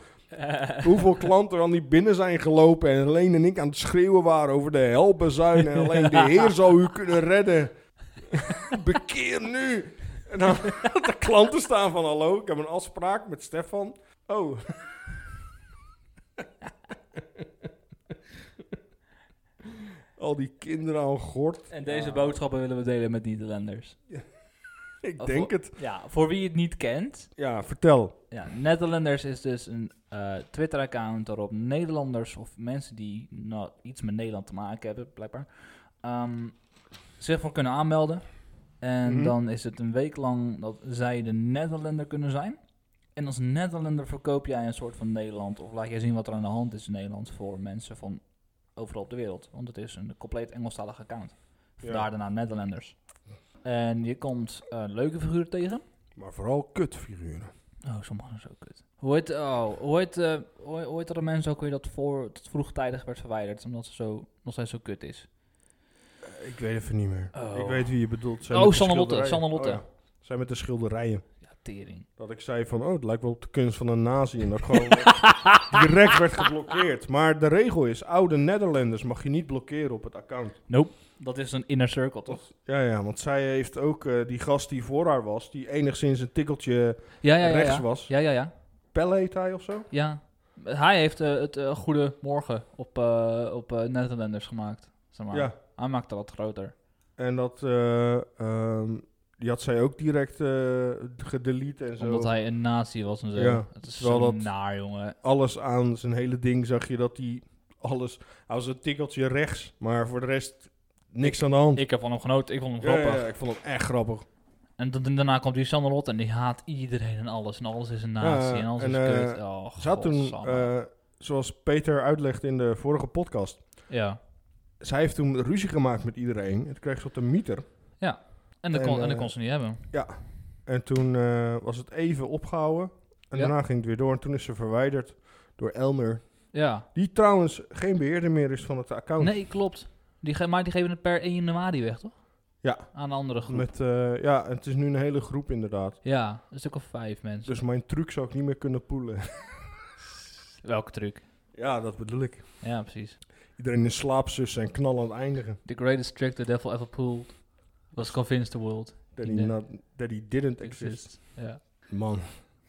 Speaker 1: hoeveel klanten er al niet binnen zijn gelopen. En alleen en ik aan het schreeuwen waren over de helbezuin. En alleen de Heer zou u kunnen redden. Bekeer nu! En dan had de klanten staan van, hallo, ik heb een afspraak met Stefan. Oh, al die kinderen aan gort.
Speaker 2: En deze boodschappen willen we delen met Nederlanders.
Speaker 1: Ik
Speaker 2: Of-
Speaker 1: denk het.
Speaker 2: Ja, voor wie het niet kent...
Speaker 1: Ja, vertel.
Speaker 2: Ja, Nederlanders is dus een eh, Twitter-account waarop Nederlanders of mensen die nou, iets met Nederland te maken hebben, blijkbaar, ehm, zich voor kunnen aanmelden. En
Speaker 1: Mhm.
Speaker 2: dan is het een week lang dat zij de Nederlander kunnen zijn. En als Nederlander verkoop jij een soort van Nederland of laat jij zien wat er aan de hand is in Nederland voor mensen van overal op de wereld. Want het is een compleet Engelstalig account. Vandaar de naam Nederlanders. En je komt eh, leuke figuren tegen.
Speaker 1: Maar vooral kutfiguren.
Speaker 2: Oh, sommigen zijn zo kut. Hoe heet, oh, hoe heet, eh, hoe, hoe heet dat een mens ook weer dat, voor, dat vroegtijdig werd verwijderd, omdat ze zo, nog steeds zo kut is?
Speaker 1: Eh, Ik weet even niet meer.
Speaker 2: Oh.
Speaker 1: Ik weet wie je bedoelt. Zij
Speaker 2: Oh,
Speaker 1: met de
Speaker 2: Sanne Lotte,
Speaker 1: schilderijen.
Speaker 2: Sanne Lotte.
Speaker 1: Oh, ja. Zij met de schilderijen.
Speaker 2: Ja, tering.
Speaker 1: Dat ik zei van, oh, het lijkt wel op de kunst van een nazi. En dat gewoon direct werd geblokkeerd. Maar de regel is, oude Nederlanders mag je niet blokkeren op het account.
Speaker 2: Nope. Dat is een inner circle, toch?
Speaker 1: Ja, ja, want zij heeft ook eh, die gast die voor haar was, die enigszins een tikkeltje
Speaker 2: Ja, ja, ja.
Speaker 1: rechts
Speaker 2: ja.
Speaker 1: was.
Speaker 2: Ja, ja, ja.
Speaker 1: Pelle heet hij of zo?
Speaker 2: ja. Hij heeft eh, het eh, goede morgen op, eh, op eh, Nederlanders gemaakt, zeg maar.
Speaker 1: Ja.
Speaker 2: Hij maakte wat groter.
Speaker 1: En dat, eh, ehm, die had zij ook direct eh gedelete en zo.
Speaker 2: Omdat hij een nazi was en zo.
Speaker 1: Ja,
Speaker 2: Het is
Speaker 1: terwijl
Speaker 2: zo
Speaker 1: dat-
Speaker 2: naar, jongen.
Speaker 1: alles aan zijn hele ding zag je dat hij alles. Hij was een tikkeltje rechts, maar voor de rest niks aan de hand.
Speaker 2: Ik heb van hem genoten, ik vond hem
Speaker 1: Ja,
Speaker 2: grappig.
Speaker 1: ja, ja, ik vond hem echt grappig.
Speaker 2: En dan, daarna komt die Sanne Lot en die haat iedereen en alles. En alles is een nazi
Speaker 1: Ja,
Speaker 2: en alles
Speaker 1: en,
Speaker 2: is
Speaker 1: eh,
Speaker 2: kut. Oh,
Speaker 1: Ze had toen,
Speaker 2: godsamme.
Speaker 1: eh, zoals Peter uitlegde in de vorige podcast,
Speaker 2: ja.
Speaker 1: zij heeft toen ruzie gemaakt met iedereen. Het kreeg ze op de mieter.
Speaker 2: En dat,
Speaker 1: en,
Speaker 2: kon, en dat
Speaker 1: eh,
Speaker 2: kon ze niet hebben.
Speaker 1: En toen eh, was het even opgehouden. En
Speaker 2: Ja.
Speaker 1: daarna ging het weer door. En toen is ze verwijderd door Elmer.
Speaker 2: Ja.
Speaker 1: Die trouwens geen beheerder meer is van het account.
Speaker 2: Nee, klopt. Die ge- maar die geven het per 1 januari weg, toch?
Speaker 1: Ja.
Speaker 2: Aan de andere groep.
Speaker 1: Met, eh, ja, het is nu een hele groep inderdaad.
Speaker 2: Ja, een stuk of vijf mensen.
Speaker 1: Dus mijn truc zou ik niet meer kunnen poelen.
Speaker 2: Welke truc?
Speaker 1: ja, dat bedoel ik.
Speaker 2: Ja, precies.
Speaker 1: Iedereen in slaap sussen en knallend eindigen.
Speaker 2: The greatest trick the devil ever pulled was convince the world
Speaker 1: That he,
Speaker 2: Nee.
Speaker 1: not, that he didn't exist.
Speaker 2: exists. Ja.
Speaker 1: Man.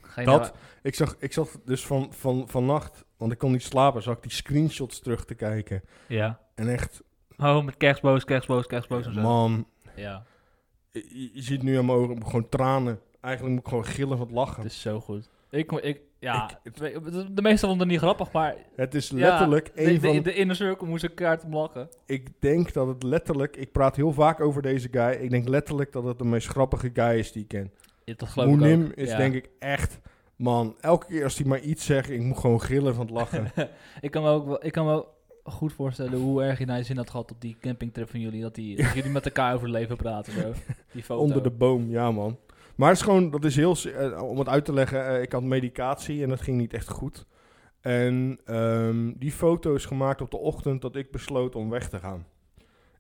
Speaker 2: Geen
Speaker 1: Dat, ik zag, ik zag dus van, van, vannacht, want ik kon niet slapen, zag ik die screenshots terug te kijken.
Speaker 2: Ja.
Speaker 1: En echt,
Speaker 2: Oh, met kerstboos, kerstboos, kerstboos en zo.
Speaker 1: man,
Speaker 2: Ja,
Speaker 1: je, je ziet nu aan mijn ogen gewoon tranen. Eigenlijk moet ik gewoon gillen van het lachen.
Speaker 2: het
Speaker 1: Het is,
Speaker 2: is zo goed. Ik, kon- ik, ja, de, de meeste vonden het niet grappig, maar
Speaker 1: letterlijk
Speaker 2: ja,
Speaker 1: een
Speaker 2: de,
Speaker 1: van...
Speaker 2: de, de inner circle moest een kaart om lachen.
Speaker 1: ik denk dat het letterlijk... Ik praat heel vaak over deze guy. Ik denk letterlijk dat het de meest grappige guy is die ik ken.
Speaker 2: Ja, dat geloof ik
Speaker 1: Moenim
Speaker 2: ook.
Speaker 1: is
Speaker 2: Ja.
Speaker 1: denk ik echt... Man, elke keer als hij maar iets zegt, ik moet gewoon gillen van het lachen.
Speaker 2: ik kan me ook wel, ik kan me ook goed voorstellen hoe erg je naar je zin had gehad op die campingtrip van jullie. Dat, die, dat jullie met elkaar over het leven praten. Zo. Die foto.
Speaker 1: Onder de boom, ja man. Maar het is gewoon, dat is heel, s- eh, om het uit te leggen, eh, ik had medicatie en dat ging niet echt goed. En ehm, die foto is gemaakt op de ochtend dat ik besloot om weg te gaan.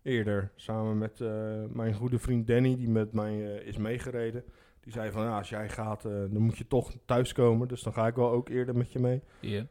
Speaker 1: Eerder, samen met eh, mijn goede vriend Danny, die met mij eh, is meegereden. Die zei van, ja, als jij gaat, eh, dan moet je toch thuiskomen. Dus dan ga ik wel ook eerder met je mee.
Speaker 2: Ja.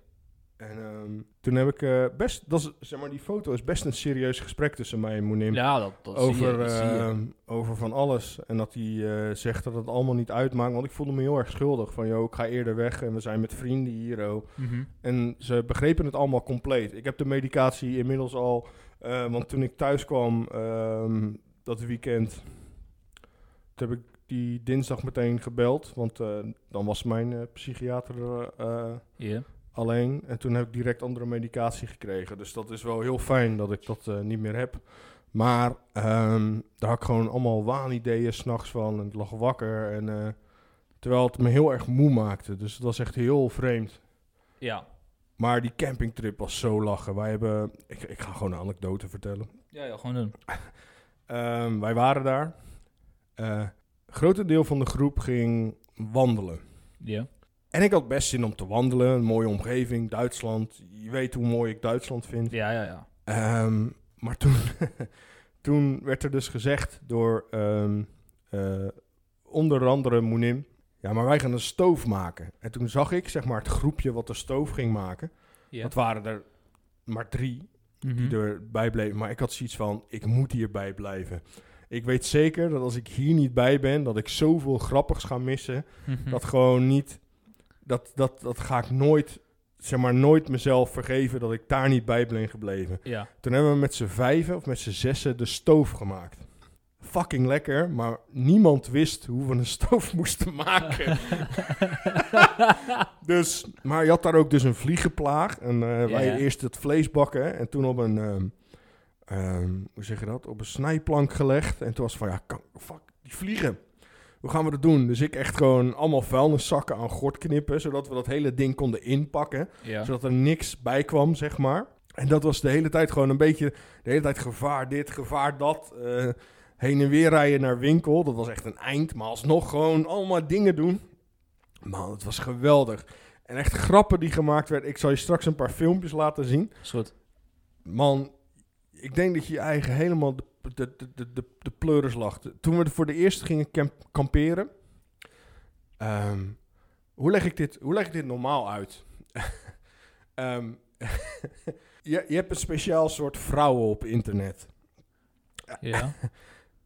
Speaker 1: En ehm, toen heb ik eh, best, dat is, zeg maar, die foto is best een serieus gesprek tussen mij en Moenim.
Speaker 2: Ja, dat, dat
Speaker 1: over,
Speaker 2: zie je. Dat zie je.
Speaker 1: ehm, over van alles. En dat hij eh, zegt dat het allemaal niet uitmaakt. Want ik voelde me heel erg schuldig. Van, joh, ik ga eerder weg en we zijn met vrienden hier. oh.
Speaker 2: Mhm.
Speaker 1: En ze begrepen het allemaal compleet. Ik heb de medicatie inmiddels al. eh, want toen ik thuis kwam ehm, dat weekend, toen heb ik die dinsdag meteen gebeld. Want eh, dan was mijn eh, psychiater er, eh,
Speaker 2: Ja.
Speaker 1: alleen. En toen heb ik direct andere medicatie gekregen. Dus dat is wel heel fijn dat ik dat eh, niet meer heb. Maar ehm, daar had ik gewoon allemaal waanideeën s'nachts van. En ik lag wakker. En, eh, terwijl het me heel erg moe maakte. Dus dat was echt heel vreemd.
Speaker 2: Ja.
Speaker 1: Maar die campingtrip was zo lachen. Wij hebben. Ik, ik ga gewoon een anekdote vertellen.
Speaker 2: Ja, ja, gewoon doen.
Speaker 1: Ehm, wij waren daar. Eh grote deel van de groep ging wandelen.
Speaker 2: Ja.
Speaker 1: En ik had best zin om te wandelen. Een mooie omgeving, Duitsland. Je weet hoe mooi ik Duitsland vind.
Speaker 2: Ja, ja, ja.
Speaker 1: Ehm, maar toen, toen werd er dus gezegd door ehm, eh, onder andere Moenim. Ja, maar wij gaan een stoof maken. En toen zag ik zeg maar het groepje wat de stoof ging maken.
Speaker 2: Ja.
Speaker 1: Dat waren er maar drie.
Speaker 2: Mhm.
Speaker 1: die erbij bleef. Maar ik had zoiets van, ik moet hierbij blijven. Ik weet zeker dat als ik hier niet bij ben, dat ik zoveel grappigs ga missen.
Speaker 2: Mhm.
Speaker 1: Dat gewoon niet, dat, dat, dat ga ik nooit, zeg maar nooit mezelf vergeven dat ik daar niet bij ben gebleven.
Speaker 2: Ja.
Speaker 1: Toen hebben we met z'n vijven of met z'n zessen de stoof gemaakt. Fucking lekker, maar niemand wist hoe we een stoof moesten maken. dus, maar je had daar ook dus een vliegenplaag. En eh, wij
Speaker 2: Ja.
Speaker 1: eerst het vlees bakken en toen op een, ehm, ehm, hoe zeg je dat, op een snijplank gelegd. En toen was het van, ja, kan- fuck, die vliegen. Hoe gaan we dat doen? Dus ik echt gewoon allemaal vuilniszakken aan gort knippen, zodat we dat hele ding konden inpakken.
Speaker 2: Ja.
Speaker 1: Zodat er niks bij kwam, zeg maar. En dat was de hele tijd gewoon een beetje... De hele tijd gevaar dit, gevaar dat. eh, heen en weer rijden naar winkel. Dat was echt een eind. Maar alsnog gewoon allemaal dingen doen. Man, het was geweldig. En echt grappen die gemaakt werden. Ik zal je straks een paar filmpjes laten zien.
Speaker 2: Is goed.
Speaker 1: Man, ik denk dat je je eigen helemaal de, de, de, de, de, de pleuris lacht. Toen we voor de eerste gingen camp- kamperen... ehm, hoe, leg ik dit, hoe leg ik dit normaal uit? Ehm, je, je hebt een speciaal soort vrouwen op internet.
Speaker 2: Ja.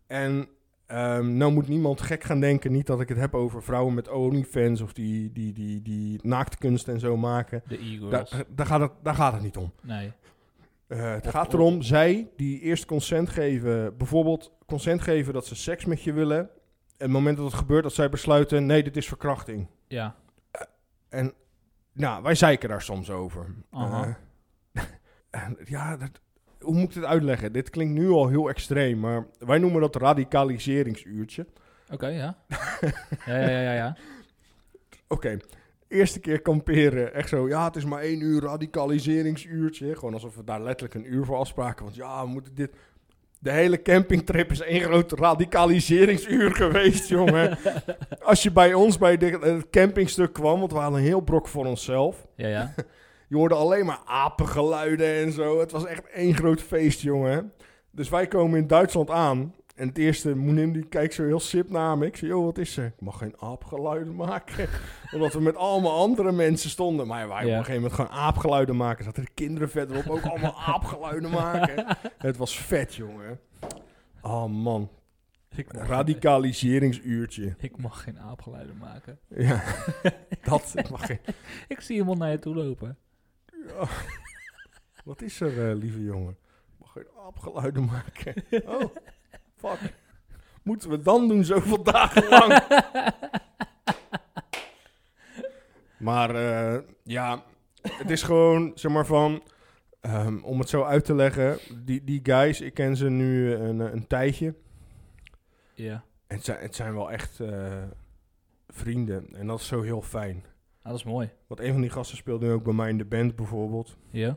Speaker 1: En ehm, nou moet niemand gek gaan denken, niet dat ik het heb over vrouwen met OnlyFans of die, die, die, die naaktkunst en zo maken.
Speaker 2: De Eagles.
Speaker 1: Daar, daar, gaat het, daar gaat het niet om.
Speaker 2: Nee.
Speaker 1: Eh, het
Speaker 2: Of-
Speaker 1: gaat
Speaker 2: of-
Speaker 1: erom, zij die eerst consent geven, bijvoorbeeld consent geven dat ze seks met je willen. En het moment dat het gebeurt, dat zij besluiten, nee, dit is verkrachting.
Speaker 2: Ja.
Speaker 1: En nou, wij zeiken daar soms over.
Speaker 2: Aha.
Speaker 1: Eh, en ja, dat, hoe moet ik dit uitleggen? Dit klinkt nu al heel extreem, maar wij noemen dat radicaliseringsuurtje.
Speaker 2: Oké, ja. ja. Ja, ja, ja, ja.
Speaker 1: Oké, eerste keer kamperen. Echt zo, ja, het is maar één uur radicaliseringsuurtje. Gewoon alsof we daar letterlijk een uur voor afspraken. Want ja, we moeten dit... De hele campingtrip is één groot radicaliseringsuur geweest, jongen. Als je bij ons bij dit- het campingstuk kwam, want we hadden een heel brok voor onszelf.
Speaker 2: Ja, ja.
Speaker 1: Je hoorde alleen maar apengeluiden en zo. Het was echt één groot feest, jongen. Dus wij komen in Duitsland aan. En het eerste, Moenim die kijkt zo heel sip naar me. Ik zei, joh, wat is er? Ik mag geen aapgeluiden maken. Omdat we met allemaal andere mensen stonden. Maar wij op
Speaker 2: Ja.
Speaker 1: een gegeven moment gewoon aapgeluiden maken. Zaten de kinderen verderop ook allemaal aapgeluiden maken. Het was vet, jongen. Oh man,
Speaker 2: Ik mag,
Speaker 1: radicaliseringsuurtje.
Speaker 2: ik mag geen aapgeluiden maken.
Speaker 1: Ja, dat. Ik mag geen...
Speaker 2: Ik zie iemand naar je toe lopen.
Speaker 1: Ja. Wat is er, eh, lieve jongen? Ik mag geen aapgeluiden maken. Oh, fuck. Moeten we dan doen zoveel dagen lang? maar eh, ja, het is gewoon, zeg maar van... ehm, om het zo uit te leggen, die, die guys, ik ken ze nu eh, een, een tijdje.
Speaker 2: Ja.
Speaker 1: En het zijn, het zijn wel echt eh, vrienden. En dat is zo heel fijn.
Speaker 2: Ah, dat is mooi.
Speaker 1: Want een van die gasten speelt nu ook bij mij in de band bijvoorbeeld.
Speaker 2: Ja.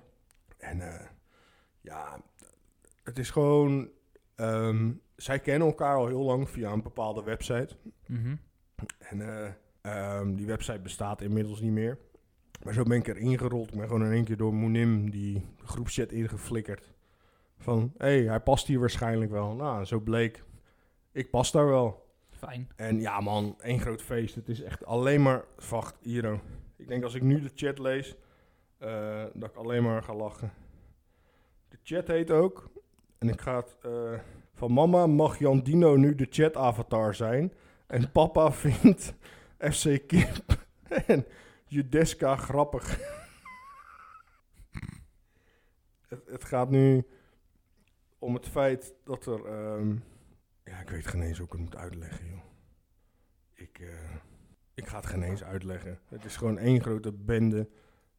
Speaker 1: En eh, ja, het is gewoon. ehm, zij kennen elkaar al heel lang via een bepaalde website.
Speaker 2: Mhm.
Speaker 1: En eh, ehm, die website bestaat inmiddels niet meer. Maar zo ben ik er ingerold. Ik ben gewoon in één keer door Moenim die groepschat ingeflikkerd. Van, hé, hey, hij past hier waarschijnlijk wel. Nou, en zo bleek. Ik pas daar wel.
Speaker 2: Fijn.
Speaker 1: En ja, man, één groot feest. Het is echt alleen maar vacht, Iro. Ik denk als ik nu de chat lees, eh, dat ik alleen maar ga lachen. De chat heet ook, en ik ga het eh, van mama mag Jan Dino nu de chat avatar zijn. En papa vindt FC Kip en Judeska grappig. het, het gaat nu om het feit dat er. ehm, ja, ik weet geen eens hoe ik het moet uitleggen, joh. Ik, eh, ik ga het geen eens uitleggen. Het is gewoon één grote bende.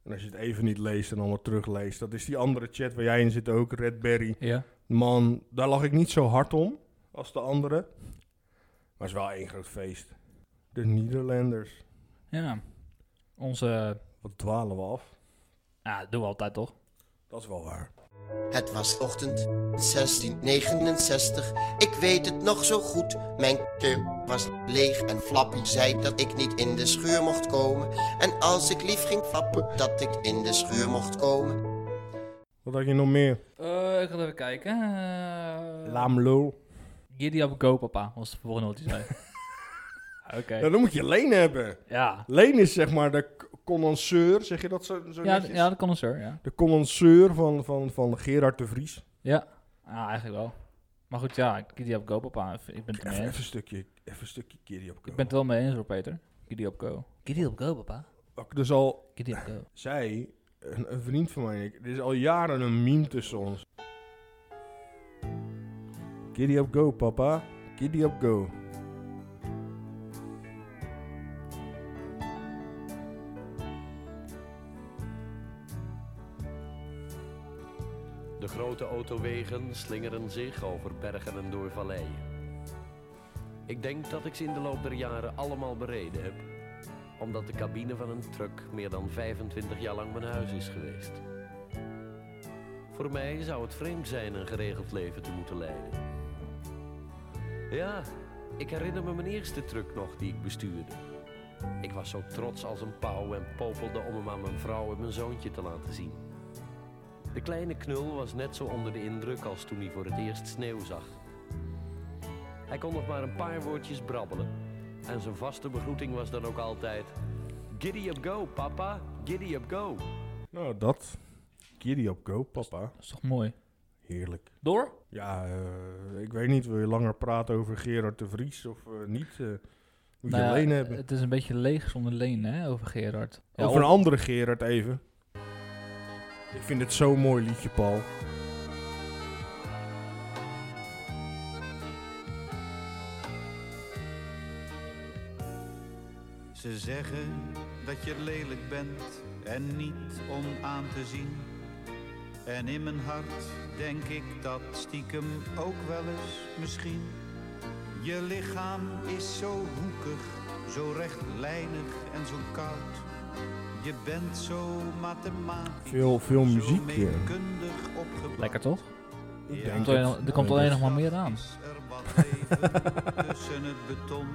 Speaker 1: En als je het even niet leest en allemaal terugleest, dat is die andere chat waar jij in zit ook, Redberry.
Speaker 2: Ja.
Speaker 1: Man, daar lag ik niet zo hard om als de andere. Maar het is wel één groot feest. De Nederlanders.
Speaker 2: Ja. Onze...
Speaker 1: Wat dwalen we af?
Speaker 2: Ja, dat doen we altijd toch?
Speaker 1: Dat is wel waar.
Speaker 11: Het was ochtend 1669, ik weet het nog zo goed. Mijn keel was leeg en Flappy zei dat ik niet in de schuur mocht komen. En als ik lief ging flappen, dat ik in de schuur mocht komen.
Speaker 1: Wat had je nog meer?
Speaker 2: Eh, ik ga even kijken. Uh,
Speaker 1: Laamlul.
Speaker 2: Giddy op Go, papa, was de volgende wat hij zei. Oké.
Speaker 1: Nou, dan moet je Leen hebben.
Speaker 2: Ja.
Speaker 1: Leen is zeg maar de c- condenseur, zeg je dat zo, zo
Speaker 2: Ja, d-
Speaker 1: netjes?
Speaker 2: ja, dat kon een sir, ja.
Speaker 1: De condenseur van, van, van Gerard de Vries.
Speaker 2: Ja. Ah, eigenlijk wel. Maar goed, ja, Giddy op Go, papa. Ik ben het er mee
Speaker 1: Even, even een
Speaker 2: eens.
Speaker 1: stukje, even een stukje Kiri op
Speaker 2: Ik ben het wel mee eens hoor, Peter. Giddy op Go. Giddy op Go, papa.
Speaker 1: Ook Dus al
Speaker 2: Giddy op Go.
Speaker 1: zij, een, een vriend van mij, en ik, er is al jaren een meme tussen ons. Kiddy up go, papa. Kiddy up go.
Speaker 12: De grote autowegen slingeren zich over bergen en door valleien. Ik denk dat ik ze in de loop der jaren allemaal bereden heb, omdat de cabine van een truck meer dan 25 jaar lang mijn huis is geweest. Voor mij zou het vreemd zijn een geregeld leven te moeten leiden. Ja, ik herinner me mijn eerste truck nog die ik bestuurde. Ik was zo trots als een pauw en popelde om hem aan mijn vrouw en mijn zoontje te laten zien. De kleine knul was net zo onder de indruk als toen hij voor het eerst sneeuw zag. Hij kon nog maar een paar woordjes brabbelen. En zijn vaste begroeting was dan ook altijd... Giddy up go, papa. Giddy up go.
Speaker 1: Nou, dat. Kiddy up go, papa. Dat
Speaker 2: is toch mooi?
Speaker 1: Heerlijk.
Speaker 2: Door?
Speaker 1: Ja, eh, ik weet niet. Wil je langer praten over Gerard de Vries of eh, niet? eh moet je
Speaker 2: Nou ja,
Speaker 1: Leen hebben.
Speaker 2: Het is een beetje leeg zonder leen, hè, over Gerard. Ja,
Speaker 1: over een andere Gerard even. Ik vind het zo'n mooi liedje, Paul.
Speaker 13: Ze zeggen dat je lelijk bent en niet om aan te zien. En in mijn hart denk ik dat stiekem ook wel eens misschien. Je lichaam is zo hoekig, zo rechtlijnig en zo koud. Je bent zo mathematisch,
Speaker 1: Veel, veel eh. muziekje.
Speaker 13: kundig opgebouwd.
Speaker 2: Lekker toch?
Speaker 13: eh. Ik
Speaker 2: er
Speaker 13: denk
Speaker 2: komt,
Speaker 13: het.
Speaker 2: alleen, er komt
Speaker 13: Ja,
Speaker 2: alleen
Speaker 13: dus-
Speaker 2: nog maar meer aan.
Speaker 13: tussen het beton.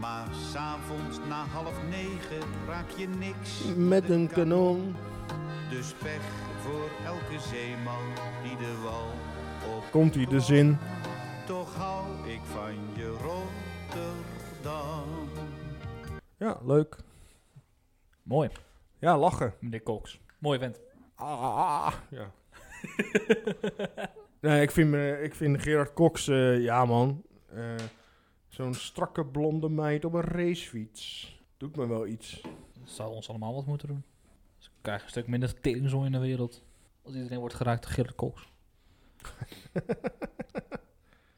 Speaker 13: Maar s'avonds na half negen raak je niks.
Speaker 1: Met een kanon.
Speaker 13: Dus pech voor elke zeeman die de wal op.
Speaker 1: Komt ie de zin?
Speaker 13: Toch hou ik van je Rotterdam.
Speaker 1: Ja, leuk.
Speaker 2: Mooi.
Speaker 1: Ja, lachen.
Speaker 2: Meneer Cox. Mooi vent.
Speaker 1: Ah, ja. Nee, ik vind, me- ik vind Gerard Cox, eh, ja man. Eh, Zo'n strakke blonde meid op een racefiets. Doet me wel iets.
Speaker 2: Zou ons allemaal wat moeten doen. Dus we krijgen een stuk minder teringzooi in de wereld. Als iedereen wordt geraakt door Gerrit Cox.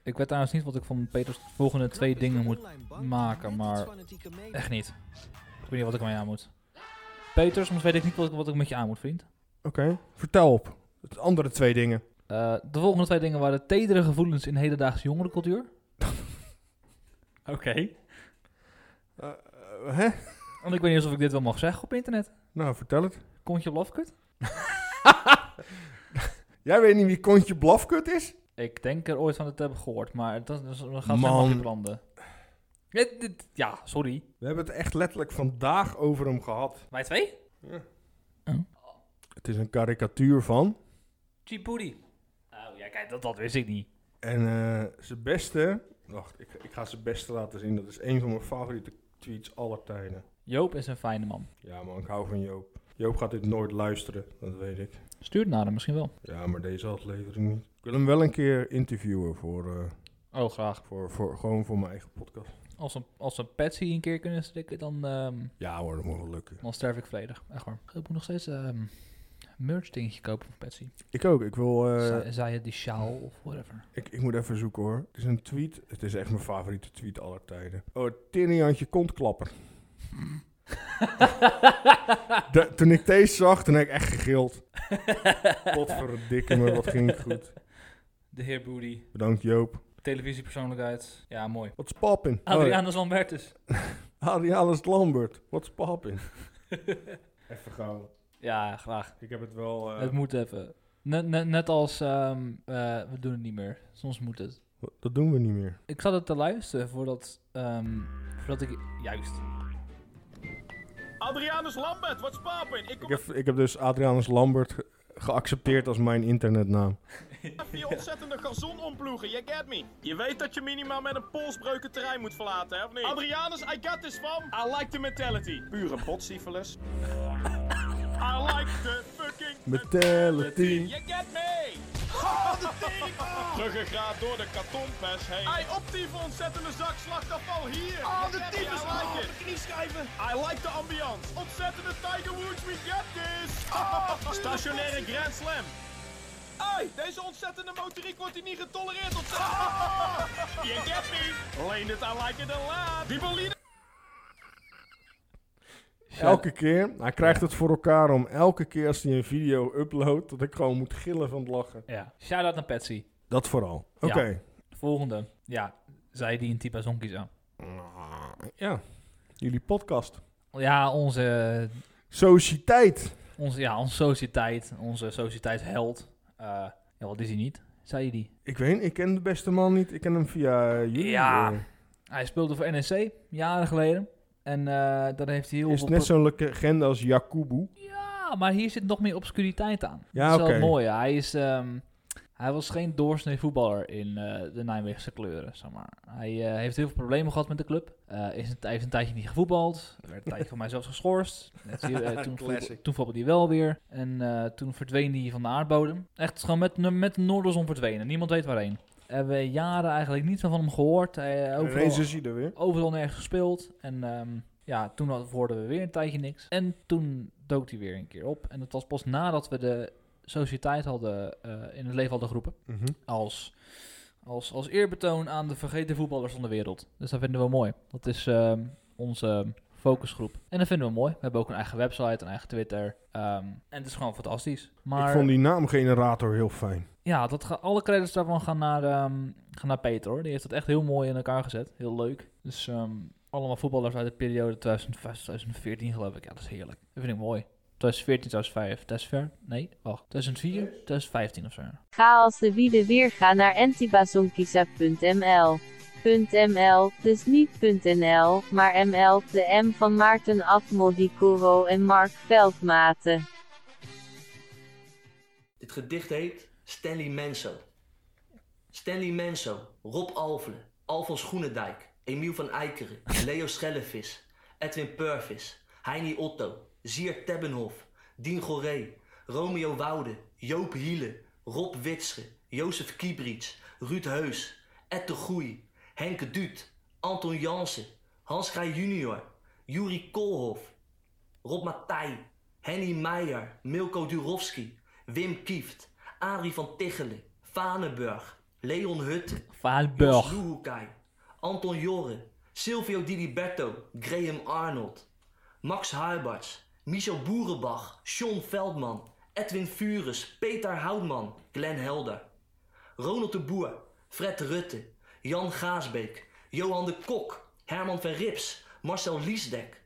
Speaker 2: ik weet trouwens niet wat ik van Peters volgende twee dingen moet maken, maar echt niet. Ik weet niet wat ik ermee aan moet. Peter, soms weet ik niet wat ik, wat ik met je aan moet, vriend.
Speaker 1: Oké, vertel op. Het andere twee dingen.
Speaker 2: Eh, de volgende twee dingen waren tedere gevoelens in hedendaagse jongerencultuur. Oké.
Speaker 1: Eh, hè?
Speaker 2: Want ik weet niet of ik dit wel mag zeggen op internet.
Speaker 1: Nou, vertel het.
Speaker 2: Kontje Lofkut?
Speaker 1: Jij weet niet wie Kontje Blafkut is?
Speaker 2: Ik denk er ooit van het hebben gehoord, maar dat, dat, dat gaat
Speaker 1: Man.
Speaker 2: helemaal niet branden. Ja, sorry.
Speaker 1: We hebben het echt letterlijk vandaag over hem gehad.
Speaker 2: Wij twee?
Speaker 1: Het is een karikatuur van.
Speaker 2: Djibouti. Oh, ja, kijk, dat, dat wist ik niet.
Speaker 1: En eh, zijn beste. Wacht, ik, ik ga zijn beste laten zien. Dat is een van mijn favoriete tweets aller tijden.
Speaker 2: Joop is een fijne man.
Speaker 1: Ja, man, ik hou van Joop. Joop gaat dit nooit luisteren, dat weet ik.
Speaker 2: Stuur het naar hem misschien wel.
Speaker 1: Ja, maar deze aflevering niet. Ik wil hem wel een keer interviewen voor. eh,
Speaker 2: oh, graag.
Speaker 1: Voor, voor, gewoon voor mijn eigen podcast.
Speaker 2: Als een, als een Patsy een keer kunnen strikken, dan, ehm,
Speaker 1: Ja hoor, dat moet wel lukken.
Speaker 2: dan sterf ik volledig. Echt waar. Ik moet nog steeds ehm merch dingetje kopen van Patsy.
Speaker 1: Ik ook, ik wil. eh,
Speaker 2: Zij zij het die sjaal of whatever.
Speaker 1: Ik, ik moet even zoeken hoor. Het is een tweet. Het is echt mijn favoriete tweet aller tijden. Oh, Tiniantje kontklapper. De- toen ik deze zag, toen heb ik echt gegild. Potverdikke me, wat ging het goed.
Speaker 2: De heer Booty.
Speaker 1: Bedankt Joop.
Speaker 2: Televisiepersoonlijkheid. Ja, mooi.
Speaker 1: Wat is poppin?
Speaker 2: Adrianus Lambertus.
Speaker 1: Adrianus Lambert. Wat is poppin? even gauw.
Speaker 2: Ja, graag.
Speaker 1: Ik heb het wel... eh,
Speaker 2: het moet even. Net, net, net als ehm, eh, we doen het niet meer. Soms moet het.
Speaker 1: Dat doen we niet meer.
Speaker 2: Ik zat het te luisteren voordat, ehm, voordat ik... Juist.
Speaker 9: Adrianus Lambert, wat spapen? Ik
Speaker 1: Ik
Speaker 9: kom
Speaker 1: heb, ik heb dus Adrianus Lambert ge- geaccepteerd als mijn internetnaam.
Speaker 9: even je ontzettende gazon omploegen, you get me? Je weet dat je minimaal met een polsbreuk het terrein moet verlaten, hè of niet? Adrianus, I got this fam. I like the mentality. Pure botsiefeles. I like the fucking
Speaker 1: Mentality.
Speaker 9: You get me! Oh, de tegenbal! Ruggengraat door de kartonpers heen. Hij op die ontzettende zak, slachtafval hier! Oh, de tyfus! Oh, de knieschijven! I like the ambiance! Ontzettende Tiger Woods, we get this! Stationaire Grand Slam! Hey, deze ontzettende motoriek wordt hier niet getolereerd! Je you get me! Leen het, I like it a lot! Die bolide...
Speaker 1: Elke keer. Hij krijgt het voor elkaar om elke keer als hij een video uploadt, dat ik gewoon moet gillen van het lachen.
Speaker 2: Ja. Shout-out naar Patsy.
Speaker 1: Dat vooral. Oké.
Speaker 2: Ja. De volgende. Ja, zij die een type zonkies aan.
Speaker 1: Ja. Jullie podcast.
Speaker 2: Ja, onze,
Speaker 1: Sociëteit.
Speaker 2: onze, ja, onze sociëteit. Onze sociëteitsheld. Eh ja, wat is hij niet? Zij die.
Speaker 1: Ik weet, ik ken de beste man niet. Ik ken hem via eh, jullie.
Speaker 2: Ja.
Speaker 1: eh.
Speaker 2: Hij speelde voor NEC jaren geleden. En eh daar heeft hij heel
Speaker 1: is
Speaker 2: veel...
Speaker 1: net
Speaker 2: pro-
Speaker 1: zo'n legende als Jakubu.
Speaker 2: Ja, maar hier zit nog meer obscuriteit aan.
Speaker 1: Ja,
Speaker 2: dat is wel
Speaker 1: oké.
Speaker 2: het mooie. Hij, is, ehm, hij was geen doorsnee voetballer in eh, de Nijmeegse kleuren, zeg maar. Hij eh, heeft heel veel problemen gehad met de club. Eh, is een, hij heeft een tijdje niet gevoetbald. Er werd een tijdje van mij zelfs geschorst. Net zie je, eh, toen, voetbal-
Speaker 1: Classic.
Speaker 2: toen voetbalde hij wel weer. En eh, toen verdween hij van de aardbodem. Echt gewoon met, met de Noorderzon verdwenen. Niemand weet waarheen. Hebben we jaren eigenlijk niets meer van hem gehoord. Hij, eh,
Speaker 1: En
Speaker 2: overal-
Speaker 1: Ineens is hij er weer.
Speaker 2: overal nergens gespeeld. En ehm, ja, toen had- hoorden we weer een tijdje niks. En toen dook hij weer een keer op. En dat was pas nadat we de sociëteit hadden, eh, in het leven hadden geroepen.
Speaker 1: Mhm.
Speaker 2: Als, als, als eerbetoon aan de vergeten voetballers van de wereld. Dus dat vinden we mooi. Dat is ehm, onze focusgroep. En dat vinden we mooi. We hebben ook een eigen website, een eigen Twitter. ehm, en het is gewoon fantastisch. Maar
Speaker 1: Ik vond die naamgenerator heel fijn.
Speaker 2: ja, dat ga, alle credits daarvan gaan naar, ehm, gaan naar Peter hoor. Die heeft dat echt heel mooi in elkaar gezet. Heel leuk. Dus ehm, allemaal voetballers uit de periode 2005, 2014 geloof ik. Ja, dat is heerlijk. Dat vind ik mooi. 2014, 2005, 2004, nee, wacht. 2004, 2015 of zo.
Speaker 14: Ga als de wiede weer ga naar antibazonkisa.ml. .ml, dus niet .nl, maar ml, de M van Maarten Afmodicoro en Mark Veldmaten.
Speaker 12: Het gedicht heet Stanley Menso. Stanley Menso, Rob Alvelen, Alfons Groenendijk, Emiel van Eikeren, Leo Schellevis, Edwin Purvis, Heini Otto, Zier Tebbenhof, Dien Goré, Romeo Woude, Joop Hiele, Rob Witsche, Jozef Kiebrits, Ruud Heus, Ed de Groei, Henke Duut, Anton Jansen, Hans Kraaij junior, Juri Koolhof, Rob Matthij, Henny Meijer, Milko Durovski, Wim Kieft, Arie van Tichelen, Vanenburg, Leon Hutte,
Speaker 2: Vaanburg.
Speaker 12: Jos Luhukai, Anton Jorre, Silvio Diliberto, Graham Arnold, Max Huiberts, Michel Boerenbach, Sean Veldman, Edwin Fures, Peter Houtman, Glenn Helder, Ronald de Boer, Fred Rutte, Jan Gaasbeek, Johan de Kok, Herman van Rips, Marcel Liesdek,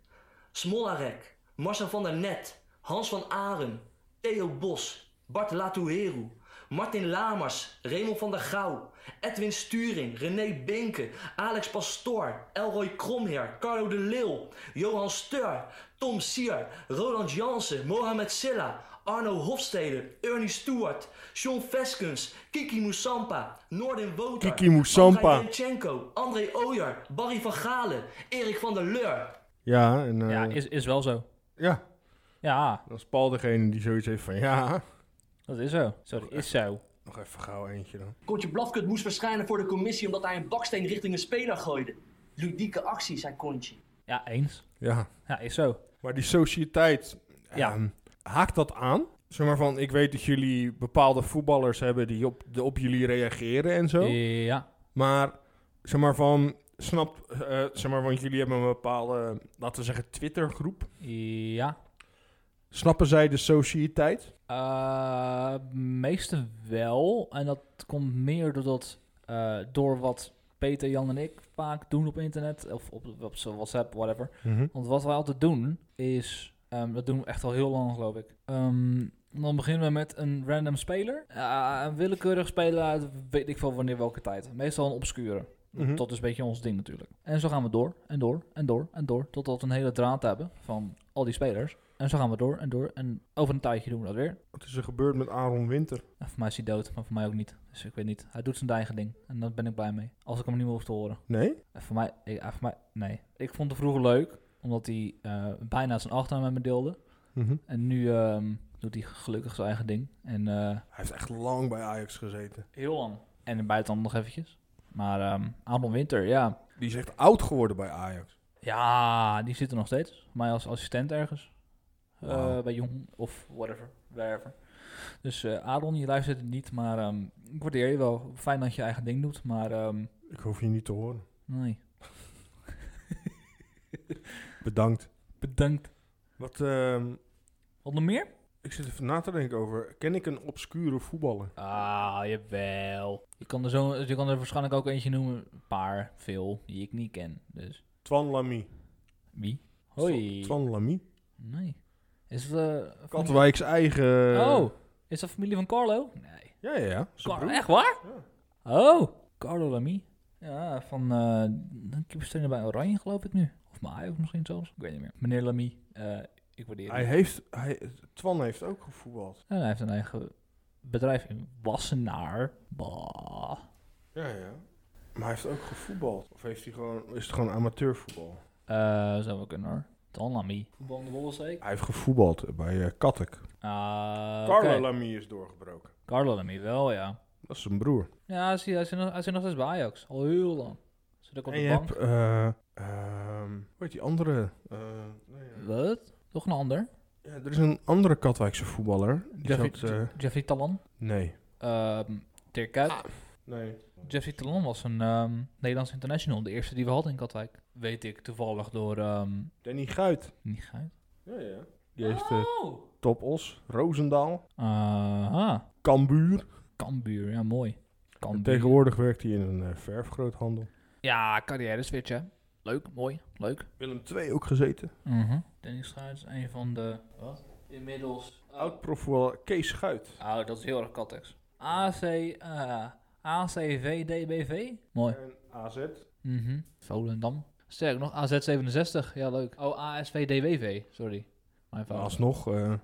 Speaker 12: Smolarek, Marcel van der Net, Hans van Aren, Theo Bos, Bart Latouheru, Martin Lamers, Raymond van der Gouw, Edwin Sturing, René Binken, Alex Pastoor, Elroy Kromheer, Carlo de Leeuw, Johan Steur, Tom Sier, Roland Jansen, Mohamed Silla, Arno Hofstede, Ernie Stewart, John Veskens, Kiki Moussampa, Noordin Woter,
Speaker 1: Kiki Moussampa.
Speaker 12: Andrei Demchenko, André Ooyer, Barry van Galen, Erik van der Leur.
Speaker 1: Ja, en, eh,
Speaker 2: Ja, is, is wel zo.
Speaker 1: Ja.
Speaker 2: Ja.
Speaker 1: Dan is Paul degene die zoiets heeft van ja.
Speaker 2: Dat is zo. Sorry, is zo.
Speaker 1: Nog even gauw eentje dan.
Speaker 12: Kortje Blafkut moest verschijnen voor de commissie omdat hij een baksteen richting een speler gooide. Ludieke actie, zei Kontje.
Speaker 2: Ja, eens.
Speaker 1: Ja.
Speaker 2: Ja, is zo.
Speaker 1: Maar die sociëteit, ja. haakt dat aan? Zeg maar van, ik weet dat jullie bepaalde voetballers hebben die op, de, op jullie reageren en zo.
Speaker 2: Ja.
Speaker 1: Maar, zeg maar van, snap, eh, zeg maar, want jullie hebben een bepaalde, laten we zeggen, Twittergroep.
Speaker 2: Ja.
Speaker 1: Snappen zij de sociëteit?
Speaker 2: Eh, meeste wel. En dat komt meer doordat, eh, door wat Peter, Jan en ik vaak doen op internet. Of op, op, zo'n WhatsApp, whatever.
Speaker 1: Mhm.
Speaker 2: Want wat wij altijd doen is... ehm, dat doen we echt al heel lang, geloof ik. Ehm, dan beginnen we met een random speler. Eh, een willekeurig speler uit weet ik veel wanneer welke tijd. Meestal een obscure.
Speaker 1: Mhm.
Speaker 2: Dat is een beetje ons ding natuurlijk. En zo gaan we door en door en door en door. Totdat we een hele draad hebben van al die spelers. En zo gaan we door en door. En over een tijdje doen we dat weer.
Speaker 1: Wat is er gebeurd met Aaron Winter?
Speaker 2: En voor mij is hij dood, maar voor mij ook niet. Dus ik weet niet. Hij doet zijn eigen ding. En daar ben ik blij mee. Als ik hem niet meer hoef te horen.
Speaker 1: Nee?
Speaker 2: En voor mij, ik, eh, voor mij nee. Ik vond hem vroeger leuk, omdat hij eh, bijna zijn achternaam met me deelde.
Speaker 1: Mhm.
Speaker 2: En nu ehm, doet hij gelukkig zijn eigen ding. En, hij
Speaker 1: heeft echt lang bij Ajax gezeten.
Speaker 2: Heel lang. En in het buitenland nog eventjes. Maar ehm Arnold Winter, ja.
Speaker 1: Die is echt oud geworden bij Ajax.
Speaker 2: Ja, die zit er nog steeds. Maar als assistent ergens. Eh,
Speaker 1: Wauw.
Speaker 2: bij Jong of whatever, wherever. Dus eh Aaron, je luistert het niet, maar ehm, ik waardeer je wel. Fijn dat je je eigen ding doet, maar ehm,
Speaker 1: Ik hoef je niet te horen.
Speaker 2: nee.
Speaker 1: Bedankt.
Speaker 2: Bedankt.
Speaker 1: Wat, ehm
Speaker 2: Onder meer?
Speaker 1: Ik zit even na te denken over, ken ik een obscure voetballer?
Speaker 2: Ah, jawel. Je kan, er zo, je kan er waarschijnlijk ook eentje noemen. Een paar, veel, die ik niet ken. Dus.
Speaker 1: Twan Lamy.
Speaker 2: Wie?
Speaker 1: Twan-
Speaker 2: Hoi.
Speaker 1: Twan Lamy.
Speaker 2: Nee. Is het... eh,
Speaker 1: Katwijk's eigen...
Speaker 2: Oh, is dat familie van Carlo? Nee.
Speaker 1: Ja, ja, ja. eh, Zijn
Speaker 2: Carlo,
Speaker 1: broer.
Speaker 2: echt waar? Oh, Carlo Lamy. Ja, van... eh een keeperstrainer bij Oranje, geloof ik nu. Of bij Ajax misschien zelfs. Ik weet niet meer. Meneer Lamy, eh, ik waardeer je.
Speaker 1: Hij heeft, hij, Twan heeft ook gevoetbald.
Speaker 2: En hij heeft een eigen bedrijf in Wassenaar. Bah.
Speaker 1: Ja, ja. Maar hij heeft ook gevoetbald. Of heeft hij gewoon, is het gewoon amateurvoetbal?
Speaker 2: Eh, zou wel kunnen hoor. Dan Lamy. Voetbal de
Speaker 1: Hij heeft gevoetbald bij eh, Kattek.
Speaker 2: Ah,
Speaker 1: Carlo
Speaker 2: oké.
Speaker 1: Lamy is doorgebroken.
Speaker 2: Carlo Lamy wel, ja.
Speaker 1: Dat is zijn broer.
Speaker 2: Ja, hij zit, hij zit, nog- hij zit nog steeds bij Ajax. Al heel lang. Zit ook op
Speaker 1: En
Speaker 2: de
Speaker 1: je
Speaker 2: bank.
Speaker 1: hebt, eh, ehm, hoe heet die andere? Eh, nee, ja.
Speaker 2: Wat? Nog een ander?
Speaker 1: Ja, er is een andere Katwijkse voetballer. Die
Speaker 2: Jeffrey,
Speaker 1: zat, eh, Ah.
Speaker 2: Jeffrey Talan?
Speaker 1: nee.
Speaker 2: Ehm Dirk Kuyt?
Speaker 1: nee.
Speaker 2: Jeffrey Talan was een ehm, Nederlands international. De eerste die we hadden in Katwijk. Weet ik toevallig door... ehm
Speaker 1: Danny Guit.
Speaker 2: Danny Guit?
Speaker 1: Ja, ja. Die heeft eh,
Speaker 2: Oh!
Speaker 1: Top Os, Roosendaal,
Speaker 2: Aha.
Speaker 1: Kambuur.
Speaker 2: Kambuur, ja mooi. Kambuur.
Speaker 1: Tegenwoordig werkt hij in een eh, verfgroothandel.
Speaker 2: Ja, carrière switch hè. Leuk, mooi, leuk.
Speaker 1: Willem II ook gezeten.
Speaker 2: Mhm. Danny Schuit is een van de... Wat? Inmiddels...
Speaker 1: Oud-profvoetballer Kees Schuit.
Speaker 2: Oh, dat is heel erg kattex. AC, eh ACVDBV? Mooi.
Speaker 1: En AZ.
Speaker 2: Mhm. Volendam. Sterk nog, AZ67. Ja, leuk. Oh, ASVDWV. Sorry. Mijn
Speaker 1: Maar
Speaker 2: fout.
Speaker 1: alsnog, eh,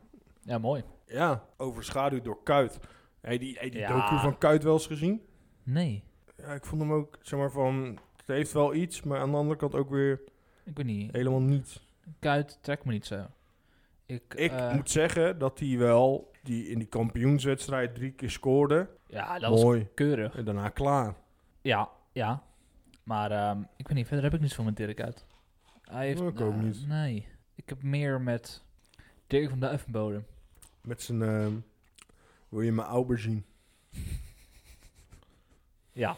Speaker 2: Ja, mooi.
Speaker 1: ja, overschaduwd door Kuit. Hey, die hey, die
Speaker 2: Ja.
Speaker 1: docu van Kuit wel eens gezien?
Speaker 2: Nee.
Speaker 1: Ja, ik vond hem ook, zeg maar, van... Het heeft wel iets, maar aan de andere kant ook weer
Speaker 2: Ik weet niet.
Speaker 1: helemaal niets.
Speaker 2: Kuit trekt me niet zo. Ik,
Speaker 1: Ik
Speaker 2: eh,
Speaker 1: moet zeggen dat hij wel die in die kampioenswedstrijd drie keer scoorde.
Speaker 2: Ja, dat
Speaker 1: Mooi.
Speaker 2: was keurig.
Speaker 1: En daarna klaar.
Speaker 2: Ja, ja. Maar ehm, ik weet niet, verder heb ik niet zoveel met Dirk uit. Hij heeft,
Speaker 1: Ik ook
Speaker 2: eh,
Speaker 1: niet.
Speaker 2: Nee. Ik heb meer met Dirk van Duivenbodem.
Speaker 1: Met zijn... ehm, wil je mijn aubergine?
Speaker 2: Ja.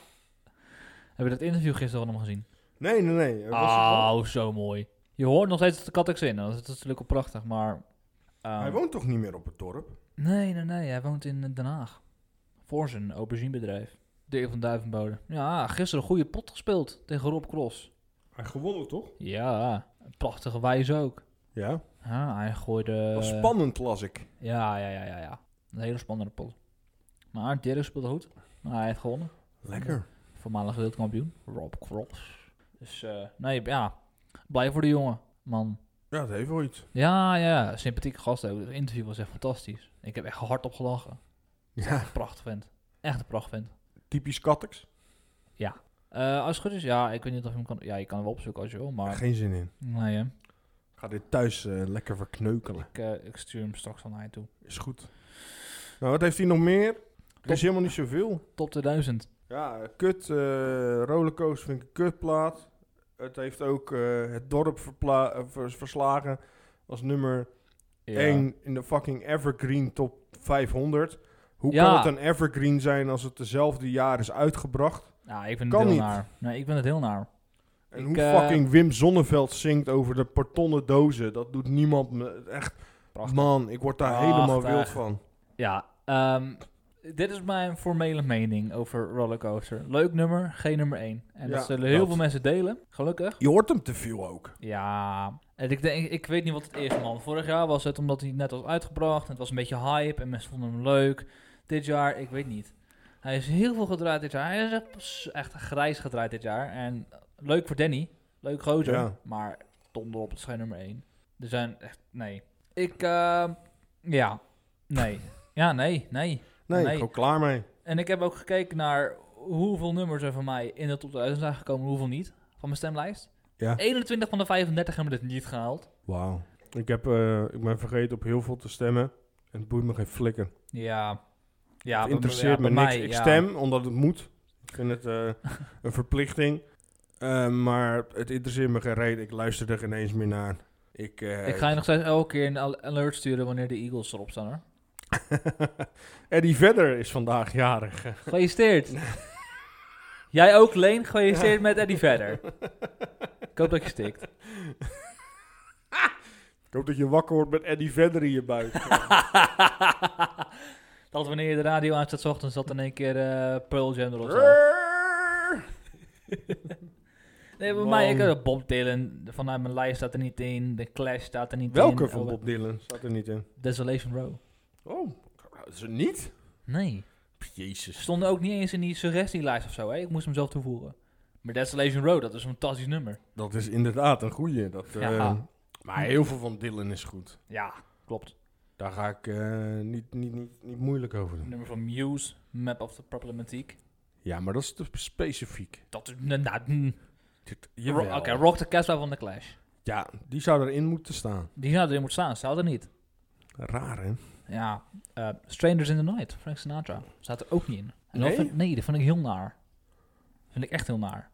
Speaker 2: Heb je dat interview gisteren van hem gezien?
Speaker 1: Nee, nee, nee. Er was een-
Speaker 2: Oh, zo mooi. Je hoort nog steeds de Kattex in. Dat is natuurlijk wel prachtig, maar... ehm,
Speaker 1: Hij woont toch niet meer op het dorp?
Speaker 2: Nee, nee, nee. Hij woont in eh, Den Haag. Voor zijn auberginebedrijf. Dirk van Duivenbode. Ja, gisteren een goede pot gespeeld tegen Rob Cross.
Speaker 1: Hij gewonnen toch?
Speaker 2: Ja, een prachtige wijze ook.
Speaker 1: Ja. Eh,
Speaker 2: Ja, hij gooide...
Speaker 1: was spannend, las ik.
Speaker 2: Ja, ja, ja, ja, ja. Een hele spannende pot. Maar Dirk speelde goed. Maar hij heeft gewonnen.
Speaker 1: Lekker.
Speaker 2: Voormalig wereldkampioen. Rob Cross. Dus eh, nee, ja. Blij voor de jongen, man.
Speaker 1: Ja, dat heeft ooit.
Speaker 2: Ja, ja. Sympathieke gast ook. Het interview was echt fantastisch. Ik heb echt hard op gelachen. Ja. Prachtig vent. Echt een prachtig vent.
Speaker 1: Typisch Katteks.
Speaker 2: Ja. Eh, als het goed is, ja, ik weet niet of je hem kan... Ja, je kan hem wel opzoeken als je wil, maar...
Speaker 1: Geen zin in.
Speaker 2: Nee, hè.
Speaker 1: Ik ga dit thuis eh, lekker verkneukelen.
Speaker 2: Ik, eh, ik stuur hem straks aan hij toe.
Speaker 1: Is goed. Nou, wat heeft hij nog meer? Er is helemaal niet zoveel.
Speaker 2: Top 2000.
Speaker 1: Ja, eh, kut. eh rollercoaster vind ik een kutplaat. Het heeft ook eh, het dorp verpla- eh, vers- verslagen als nummer
Speaker 2: Ja.
Speaker 1: 1 in de fucking Evergreen top 500. Hoe
Speaker 2: Ja.
Speaker 1: kan het een Evergreen zijn als het dezelfde jaar is uitgebracht?
Speaker 2: Ja, ik vind
Speaker 1: Kan
Speaker 2: het heel
Speaker 1: niet.
Speaker 2: naar. Nee, ik vind het heel naar.
Speaker 1: En
Speaker 2: Ik,
Speaker 1: hoe
Speaker 2: eh,
Speaker 1: fucking Wim Zonneveld zingt over de partonnen dozen. Dat doet niemand me. Echt. Man, ik word daar helemaal
Speaker 2: Prachtig.
Speaker 1: wild van.
Speaker 2: Ja, ehm, dit is mijn formele mening over Rollercoaster. Leuk nummer, geen nummer 1. En dat
Speaker 1: Ja,
Speaker 2: zullen heel
Speaker 1: dat.
Speaker 2: veel mensen delen, gelukkig.
Speaker 1: Je hoort hem te veel ook.
Speaker 2: Ja, en ik, denk, ik weet niet wat het is, man. Vorig jaar was het omdat hij net was uitgebracht. en Het was een beetje hype en mensen vonden hem leuk. Dit jaar, ik weet niet. Hij is heel veel gedraaid dit jaar. Hij is echt, echt grijs gedraaid dit jaar. En leuk voor Danny. Leuk gozer.
Speaker 1: Ja.
Speaker 2: Maar donder op, het is geen nummer 1. Er zijn echt... Nee. Ik, ehm, ja. Nee. ja, nee, nee.
Speaker 1: Nee, gewoon klaar mee.
Speaker 2: En ik heb ook gekeken naar hoeveel nummers er van mij in de top 1000 zijn gekomen en hoeveel niet. Van mijn stemlijst.
Speaker 1: Ja.
Speaker 2: 21 van de 35 hebben dit niet gehaald.
Speaker 1: Wauw. Ik, heb, eh, ik ben vergeten op heel veel te stemmen. En het boeit me geen flikken.
Speaker 2: Ja. ja
Speaker 1: het
Speaker 2: bij-
Speaker 1: interesseert
Speaker 2: ja, bij
Speaker 1: me niks.
Speaker 2: mij,
Speaker 1: ik
Speaker 2: ja.
Speaker 1: stem omdat het moet. Ik vind het eh, een verplichting. Eh, maar het interesseert me geen reet. Ik luister er geen eens meer naar. Ik, eh,
Speaker 2: Ik ga je nog steeds elke keer een al- alert sturen wanneer de Eagles erop staan hoor.
Speaker 1: Eddie Vedder is vandaag jarig.
Speaker 2: Gefeliciteerd. Jij ook, Leen. Gefeliciteerd met Eddie verder. Ik hoop dat je stikt.
Speaker 1: Ik hoop dat je wakker wordt met Eddie Vedder in je buik.
Speaker 2: Dat wanneer je de radio aanzet 's ochtends, dat in één keer eh Pearl Jam erop staat. Nee, bij mij, ik,
Speaker 1: Man.
Speaker 2: eh, Bob Dylan, vanuit mijn lijst staat er niet in. De Clash staat er niet in.
Speaker 1: Welke van
Speaker 2: Oh,
Speaker 1: Bob Dylan staat er niet in?
Speaker 2: Desolation Row.
Speaker 1: Oh, is het niet?
Speaker 2: Nee.
Speaker 1: Jezus.
Speaker 2: Stond ook niet eens in die suggestielijst of zo, hè? Ik moest hem zelf toevoegen. Maar Desolation Row, dat is een fantastisch nummer.
Speaker 1: Dat is inderdaad een goeie. Dat, eh,
Speaker 2: Ja.
Speaker 1: Maar heel veel van Dylan is goed.
Speaker 2: Ja, klopt.
Speaker 1: Daar ga ik eh, niet, niet, niet, niet moeilijk over doen.
Speaker 2: Nummer van Muse, Map of the Problematiek.
Speaker 1: Ja, maar dat is te specifiek.
Speaker 2: Dat is... Nou, nou, mm.
Speaker 1: jawel.
Speaker 2: Ro- Oké, Rock the Casbah van de Clash.
Speaker 1: Ja, die zou erin moeten staan.
Speaker 2: Die zou erin moeten staan, staat er niet.
Speaker 1: Raar, hè?
Speaker 2: Ja, eh, Strangers in the Night, Frank Sinatra, staat er ook niet in. En dat
Speaker 1: Nee?
Speaker 2: vind- nee, dat vind ik heel naar. vind ik echt heel naar.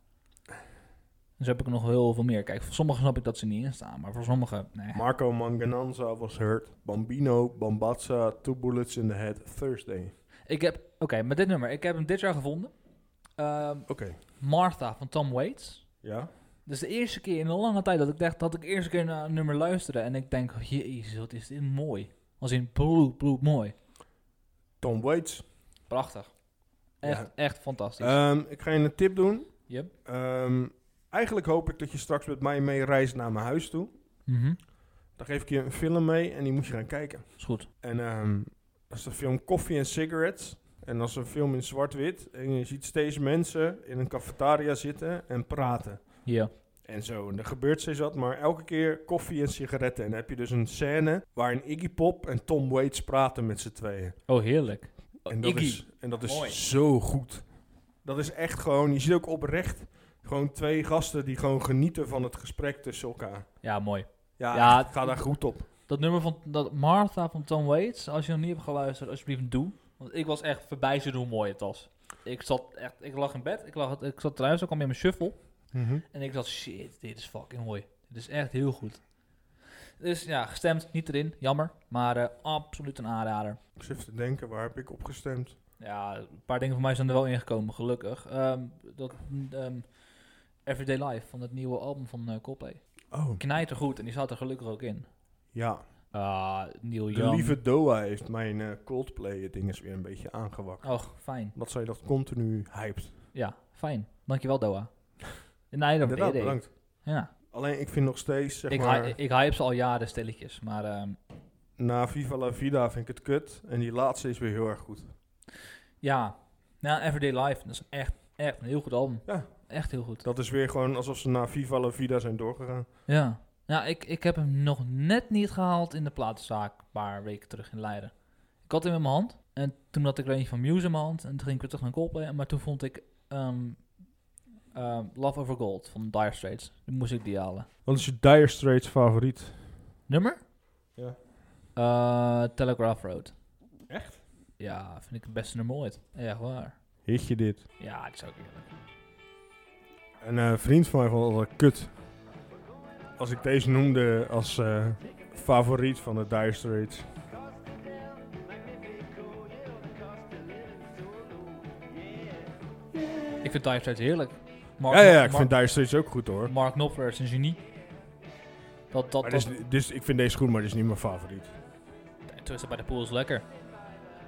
Speaker 2: Dus heb ik er nog heel veel meer. Kijk, voor sommigen snap ik dat ze niet in staan, maar voor sommigen, nee.
Speaker 1: Marco Mangananza was hurt. Bambino, Bambazza, Two Bullets in the Head, Thursday.
Speaker 2: Ik heb, oké, met dit nummer. Ik heb hem dit jaar gevonden. Ehm,
Speaker 1: Oké.
Speaker 2: Martha van Tom Waits.
Speaker 1: Ja.
Speaker 2: Dus de eerste keer in een lange tijd dat ik dacht dat ik de eerste keer naar een nummer luisterde. En ik denk, jezus, wat is dit mooi. Als in bloed, bloed mooi.
Speaker 1: Tom Waits.
Speaker 2: Prachtig. Echt,
Speaker 1: Ja.
Speaker 2: echt fantastisch.
Speaker 1: Ehm, ik ga je een tip doen.
Speaker 2: Yep.
Speaker 1: Ehm, eigenlijk hoop ik dat je straks met mij mee reist naar mijn huis toe.
Speaker 2: Mhm.
Speaker 1: Dan geef ik je een film mee en die moet je gaan kijken.
Speaker 2: Is goed.
Speaker 1: En ehm dat is de film Coffee and Cigarettes. En dat is een film in zwart-wit. En je ziet steeds mensen in een cafetaria zitten en praten.
Speaker 2: Ja.
Speaker 1: En zo, en er gebeurt steeds wat, maar elke keer koffie en sigaretten. En dan heb je dus een scène waarin Iggy Pop en Tom Waits praten met z'n tweeën.
Speaker 2: Oh, heerlijk.
Speaker 1: En dat
Speaker 2: Iggy.
Speaker 1: is, en dat is
Speaker 2: Mooi.
Speaker 1: zo goed. Dat is echt gewoon, je ziet ook oprecht gewoon twee gasten die gewoon genieten van het gesprek tussen elkaar.
Speaker 2: Ja, mooi.
Speaker 1: Ja, echt, ga daar goed op.
Speaker 2: Dat nummer van dat Martha van Tom Waits, als je nog niet hebt geluisterd, alsjeblieft doe. Want ik was echt verbijsterd hoe mooi het was. Ik zat echt, ik lag in bed, ik, lag, ik zat thuis, ik kwam in mijn shuffle.
Speaker 1: Mhm.
Speaker 2: En ik dacht, shit, dit is fucking mooi. Dit is echt heel goed. Dus ja, gestemd, niet erin, jammer. Maar eh, absoluut een aanrader.
Speaker 1: Ik zit te denken, waar heb ik op gestemd?
Speaker 2: Ja, een paar dingen van mij zijn er wel ingekomen, gelukkig. Ehm, dat ehm, Everyday Life van het nieuwe album van eh, Coldplay.
Speaker 1: Oh.
Speaker 2: Knijter goed en die zat er gelukkig ook in.
Speaker 1: Ja.
Speaker 2: Ah, Neil
Speaker 1: De
Speaker 2: Young.
Speaker 1: lieve Doa heeft mijn eh, Coldplay-ding eens weer een beetje aangewakkerd.
Speaker 2: Oh, fijn.
Speaker 1: Wat zij dat continu hypt.
Speaker 2: Ja, fijn. Dankjewel, Doha. nee, dat
Speaker 1: Inderdaad,
Speaker 2: nee, nee.
Speaker 1: bedankt.
Speaker 2: Ja.
Speaker 1: Alleen ik vind nog steeds, zeg
Speaker 2: ik, hy-
Speaker 1: maar,
Speaker 2: ik hype ze al jaren stilletjes, maar ehm,
Speaker 1: na Viva La Vida vind ik het kut. En die laatste is weer heel erg goed.
Speaker 2: Ja. Nou, Everyday Life, dat is echt, echt een heel goed album.
Speaker 1: Ja.
Speaker 2: Echt heel goed.
Speaker 1: Dat is weer gewoon alsof ze naar Viva La Vida zijn doorgegaan.
Speaker 2: Ja. Nou, ik, ik heb hem nog net niet gehaald in de platenzaak een paar weken terug in Leiden. Ik had hem in mijn hand en toen had ik er eentje van Muse in mijn hand en toen ging ik weer terug naar Coldplay. Maar toen vond ik ehm, ehm, Love Over Gold van Dire Straits. Toen moest ik die halen.
Speaker 1: Wat is je Dire Straits favoriet?
Speaker 2: Nummer?
Speaker 1: Ja.
Speaker 2: Eh, Telegraph Road.
Speaker 1: Echt?
Speaker 2: Ja, vind ik het beste nummer ooit. Echt waar.
Speaker 1: Heet je dit?
Speaker 2: Ja, die zou ik willen.
Speaker 1: Een eh, vriend van mij vond het altijd kut. Als ik deze noemde als eh, favoriet van de Dire Straits.
Speaker 2: Ik vind Dire Straits heerlijk.
Speaker 1: ja, ja, ja, ik
Speaker 2: Mark-
Speaker 1: vind Dire Straits ook goed hoor.
Speaker 2: Mark Knopfler is een genie. Dat, dat,
Speaker 1: Maar
Speaker 2: dat,
Speaker 1: dit is, dit is- ik vind deze goed, maar dit is niet mijn favoriet.
Speaker 2: Tussen bij de pool is lekker.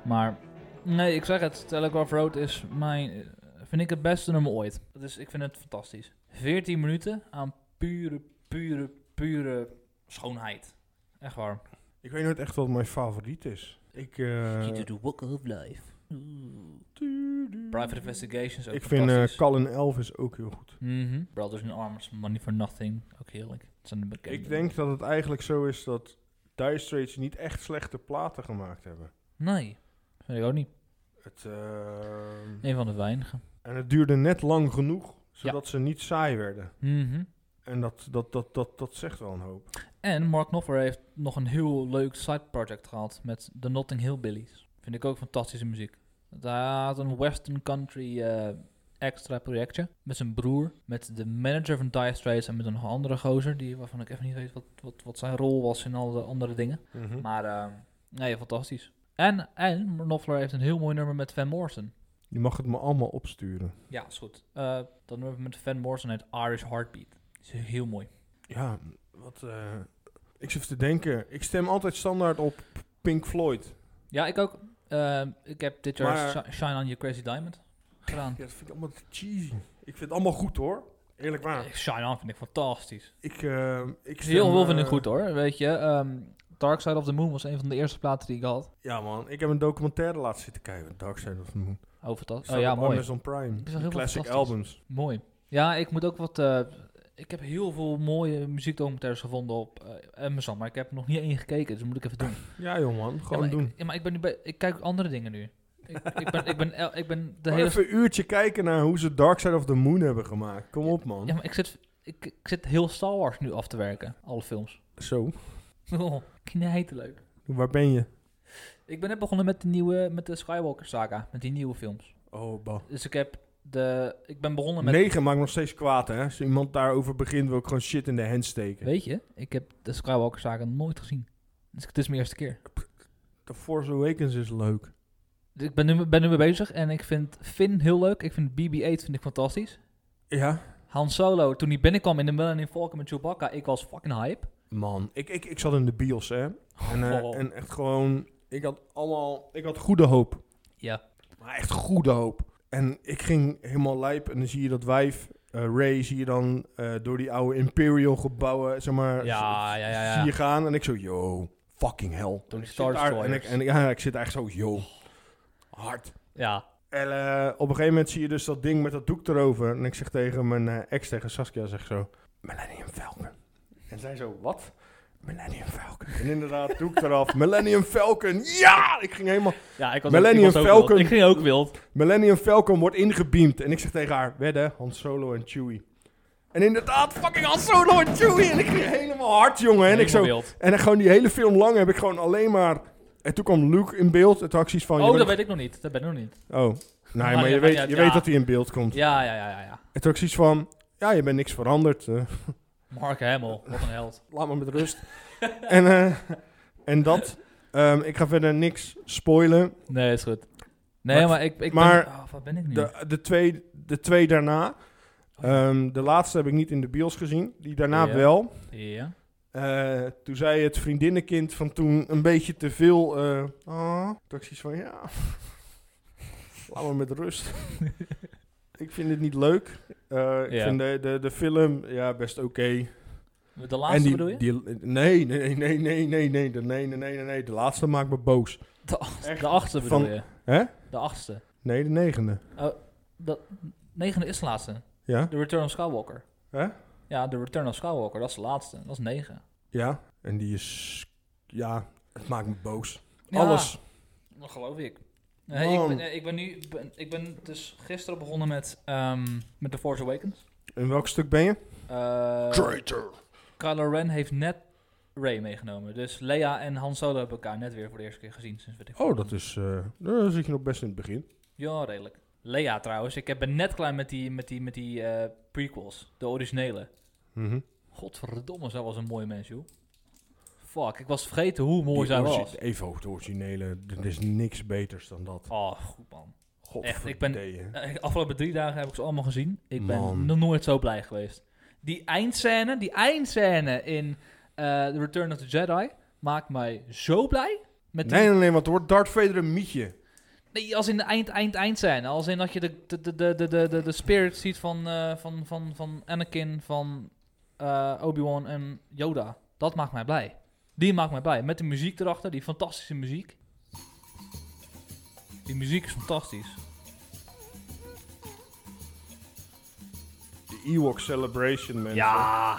Speaker 2: Maar nee, ik zeg het. Telegraph Road is mijn, eh, vind ik het beste nummer ooit. Dat is, ik vind het fantastisch. 14 minuten aan pure, pure, pure schoonheid. Echt waar.
Speaker 1: Ik weet nooit echt wat mijn favoriet is. Ik, eh,
Speaker 2: You do the walk of life. Private Investigations ook
Speaker 1: ik vind eh
Speaker 2: fantastisch.
Speaker 1: Colin Elvis ook heel goed.
Speaker 2: Mhm. Brothers in Arms, Money for Nothing. Ook heerlijk. Het zijn de bekende.
Speaker 1: Ik denk dat het eigenlijk zo is dat Dire Straits niet echt slechte platen gemaakt hebben.
Speaker 2: Nee, vind ik ook niet.
Speaker 1: Het, ehm,
Speaker 2: Een van de weinigen.
Speaker 1: En het duurde net lang genoeg, zodat ze niet saai werden.
Speaker 2: Mhm.
Speaker 1: En dat, dat, dat, dat, dat zegt wel een hoop.
Speaker 2: En Mark Knopfler heeft nog een heel leuk side project gehad met de Notting Hill Billies. Vind ik ook fantastische muziek. Hij had een Western Country eh, extra projectje met zijn broer, met de manager van Dire Straits en met een nog andere gozer, die, waarvan ik even niet weet wat, wat, wat zijn rol was in alle andere dingen.
Speaker 1: Mhm.
Speaker 2: Maar eh, nee, fantastisch. En, en Knopfler heeft een heel mooi nummer met Van Morrison.
Speaker 1: Je mag het me allemaal opsturen.
Speaker 2: Ja, is goed. Eh, dat nummer met Van Morrison heet Irish Heartbeat. Is heel mooi.
Speaker 1: Ja, wat... eh, ik zit te denken, ik stem altijd standaard op Pink Floyd.
Speaker 2: Ja, ik ook. Ehm, ik heb dit jaar
Speaker 1: Maar-
Speaker 2: Shi- Shine on Your Crazy Diamond gedaan.
Speaker 1: Ja, dat vind ik allemaal te cheesy. Ik vind het allemaal goed hoor. Eerlijk waar.
Speaker 2: Shine on vind ik fantastisch.
Speaker 1: Ik, eh, ik stem,
Speaker 2: Heel veel vind
Speaker 1: eh,
Speaker 2: ik goed hoor, weet je. ehm, Dark Side of the Moon was een van de eerste platen die ik had.
Speaker 1: Ja man, ik heb een documentaire laten zitten kijken. Dark Side of the Moon.
Speaker 2: Over dat.
Speaker 1: Staat
Speaker 2: Oh ja,
Speaker 1: op
Speaker 2: mooi.
Speaker 1: Amazon Prime.
Speaker 2: Ik zag heel veel
Speaker 1: Classic
Speaker 2: fantastisch.
Speaker 1: albums.
Speaker 2: Mooi. Ja, ik moet ook wat... eh, ik heb heel veel mooie muziekdocumentaires gevonden op eh, Amazon, maar ik heb er nog niet één gekeken, dus dat moet ik even doen.
Speaker 1: Ja joh man,
Speaker 2: Ja,
Speaker 1: gewoon
Speaker 2: maar,
Speaker 1: doen.
Speaker 2: Ik, ja, maar ik, ben nu bij, ik kijk andere dingen nu. Ik, ik, ben, ik, ben, el- ik ben de
Speaker 1: Gewoon
Speaker 2: hele...
Speaker 1: Even een uurtje kijken naar hoe ze Dark Side of the Moon hebben gemaakt. Kom op man.
Speaker 2: Ja, maar ik zit, ik, ik zit heel Star Wars nu af te werken, alle films.
Speaker 1: Zo,
Speaker 2: Oh, leuk.
Speaker 1: waar ben je?
Speaker 2: Ik ben net begonnen met de nieuwe, met de Skywalker saga, met die nieuwe films.
Speaker 1: Oh, bah.
Speaker 2: Dus ik heb de, ik ben begonnen met...
Speaker 1: 9 maakt nog steeds kwaad, hè? Als iemand daarover begint, wil ik gewoon shit in de hand steken.
Speaker 2: Weet je, ik heb de Skywalker saga nooit gezien. Dus het is mijn eerste keer.
Speaker 1: The Force Awakens is leuk.
Speaker 2: Dus ik ben nu, ben nu mee bezig en ik vind Finn heel leuk. Ik vind BB-8 vind ik fantastisch.
Speaker 1: Ja?
Speaker 2: Han Solo, toen hij binnenkwam in de Millennium Falcon met Chewbacca, ik was fucking hype.
Speaker 1: Man, ik, ik, ik zat in de bios, hè? En, eh,
Speaker 2: Oh.
Speaker 1: en echt gewoon... Ik had allemaal... Ik had goede hoop.
Speaker 2: Ja.
Speaker 1: Maar echt goede hoop. En ik ging helemaal lijp en dan zie je dat wijf... eh Ray zie je dan eh, door die oude Imperial gebouwen, zeg maar...
Speaker 2: Ja,
Speaker 1: z-
Speaker 2: ja, ja, ja.
Speaker 1: Zie je gaan en ik zo, yo, fucking hell.
Speaker 2: Door die
Speaker 1: Ik
Speaker 2: Star
Speaker 1: zit daar En ik,
Speaker 2: Destroyers.
Speaker 1: en ik- ja, ik zit echt zo, yo, hard.
Speaker 2: Ja.
Speaker 1: En eh, op een gegeven moment zie je dus dat ding met dat doek erover. En ik zeg tegen mijn eh, ex, tegen Saskia, zeg zo... Millennium Falcon. En zij zo, wat? Millennium Falcon. En inderdaad, doek eraf. Millennium Falcon, ja! Ik ging helemaal...
Speaker 2: Ja, ik was ook-
Speaker 1: Millennium
Speaker 2: ik was ook
Speaker 1: Falcon... Oh,
Speaker 2: wild. Ik ging ook wild.
Speaker 1: Millennium Falcon wordt ingebeamd. En ik zeg tegen haar, wedden, Han Solo en Chewie. En inderdaad, fucking Han Solo en Chewie. En ik ging helemaal hard, jongen. En, ik zo,
Speaker 2: Helemaal wild.
Speaker 1: en dan gewoon die hele film lang heb ik gewoon alleen maar... En toen kwam Luke in beeld. En toen had ik zoiets van... je
Speaker 2: oh, dat
Speaker 1: bent-
Speaker 2: weet ik nog niet. Dat ben ik nog niet.
Speaker 1: Oh, nee, maar
Speaker 2: ja,
Speaker 1: je, weet,
Speaker 2: ja,
Speaker 1: je
Speaker 2: ja.
Speaker 1: weet dat hij in beeld komt.
Speaker 2: Ja, ja, ja, ja. ja.
Speaker 1: En toen had ik zoiets van, ja, je bent niks veranderd. eh,
Speaker 2: Mark Hamill, wat een held.
Speaker 1: laat me met rust. en, eh, en dat, Ehm, ik ga verder niks spoilen.
Speaker 2: Nee, is goed. Nee, maar ik- ik ben- ah, wat ben ik nu?
Speaker 1: De, de, twee, de twee daarna, ehm, de laatste heb ik niet in de bios gezien, die daarna
Speaker 2: Oh Ja.
Speaker 1: wel.
Speaker 2: Ja.
Speaker 1: Eh, toen zei het vriendinnenkind van toen een beetje te veel. eh oh, toen had ik zoiets van ja. Laat me met rust. ik vind het niet leuk. Eh, Ik
Speaker 2: Ja.
Speaker 1: vind de, de, de film ja, best oké.
Speaker 2: De laatste
Speaker 1: En die,
Speaker 2: bedoel je?
Speaker 1: die- nee, nee, nee, nee, nee, nee, de- nee, nee, nee, nee, nee. De laatste maakt me boos.
Speaker 2: De achtste, de achtste bedoel
Speaker 1: Van-
Speaker 2: je?
Speaker 1: Hè?
Speaker 2: De achtste.
Speaker 1: Nee, de negende.
Speaker 2: Oh, dat, negende is de laatste.
Speaker 1: Ja.
Speaker 2: The Return of Skywalker.
Speaker 1: Hè?
Speaker 2: Ja, The Return of Skywalker, dat is de laatste. Dat is negen.
Speaker 1: Ja, en die is... Ja, het maakt me boos.
Speaker 2: Ja.
Speaker 1: Alles.
Speaker 2: Dat geloof ik. Nee, ik,
Speaker 1: Man.
Speaker 2: ben, eh, ik ben nu, ben- ik ben dus gisteren begonnen met, ehm, met The Force Awakens.
Speaker 1: In welk stuk ben je?
Speaker 2: Eh,
Speaker 1: Traitor.
Speaker 2: Kylo Ren heeft net Ray meegenomen. Dus Leia en Han Solo hebben elkaar net weer voor de eerste keer gezien sinds weet ik veel.
Speaker 1: Oh, dat is... eh daar zit je nog best in het begin.
Speaker 2: Ja, redelijk. Leia trouwens, ik heb- ben net klaar met die, met die, met die eh, prequels, de originele.
Speaker 1: Mhm.
Speaker 2: Godverdomme, zij was een mooi mens, joh. Fuck, ik was vergeten hoe mooi
Speaker 1: Die
Speaker 2: zij
Speaker 1: origi-
Speaker 2: was.
Speaker 1: Even over de originele. Er is niks beters dan dat.
Speaker 2: Oh, goed man. Echt, ik ben,
Speaker 1: Godverdee, hè.
Speaker 2: eh, afgelopen drie dagen heb ik ze allemaal gezien. Ik ben
Speaker 1: Man.
Speaker 2: nog nooit zo blij geweest. Die eindscène, die eindscène in eh, The Return of the Jedi maakt mij zo blij. Met die-
Speaker 1: Nee, nee, nee, want er wordt Darth Vader een mietje.
Speaker 2: Nee, als in de eind, eind, eind zijn. Als in dat je de, de, de, de, de, de, de, de spirit ziet van, eh, van, van, van Anakin, van eh, Obi-Wan en Yoda. Dat maakt mij blij. Die maakt mij blij. Met de muziek erachter, die fantastische muziek. Die muziek is fantastisch.
Speaker 1: De Ewok Celebration, mensen.
Speaker 2: Ja.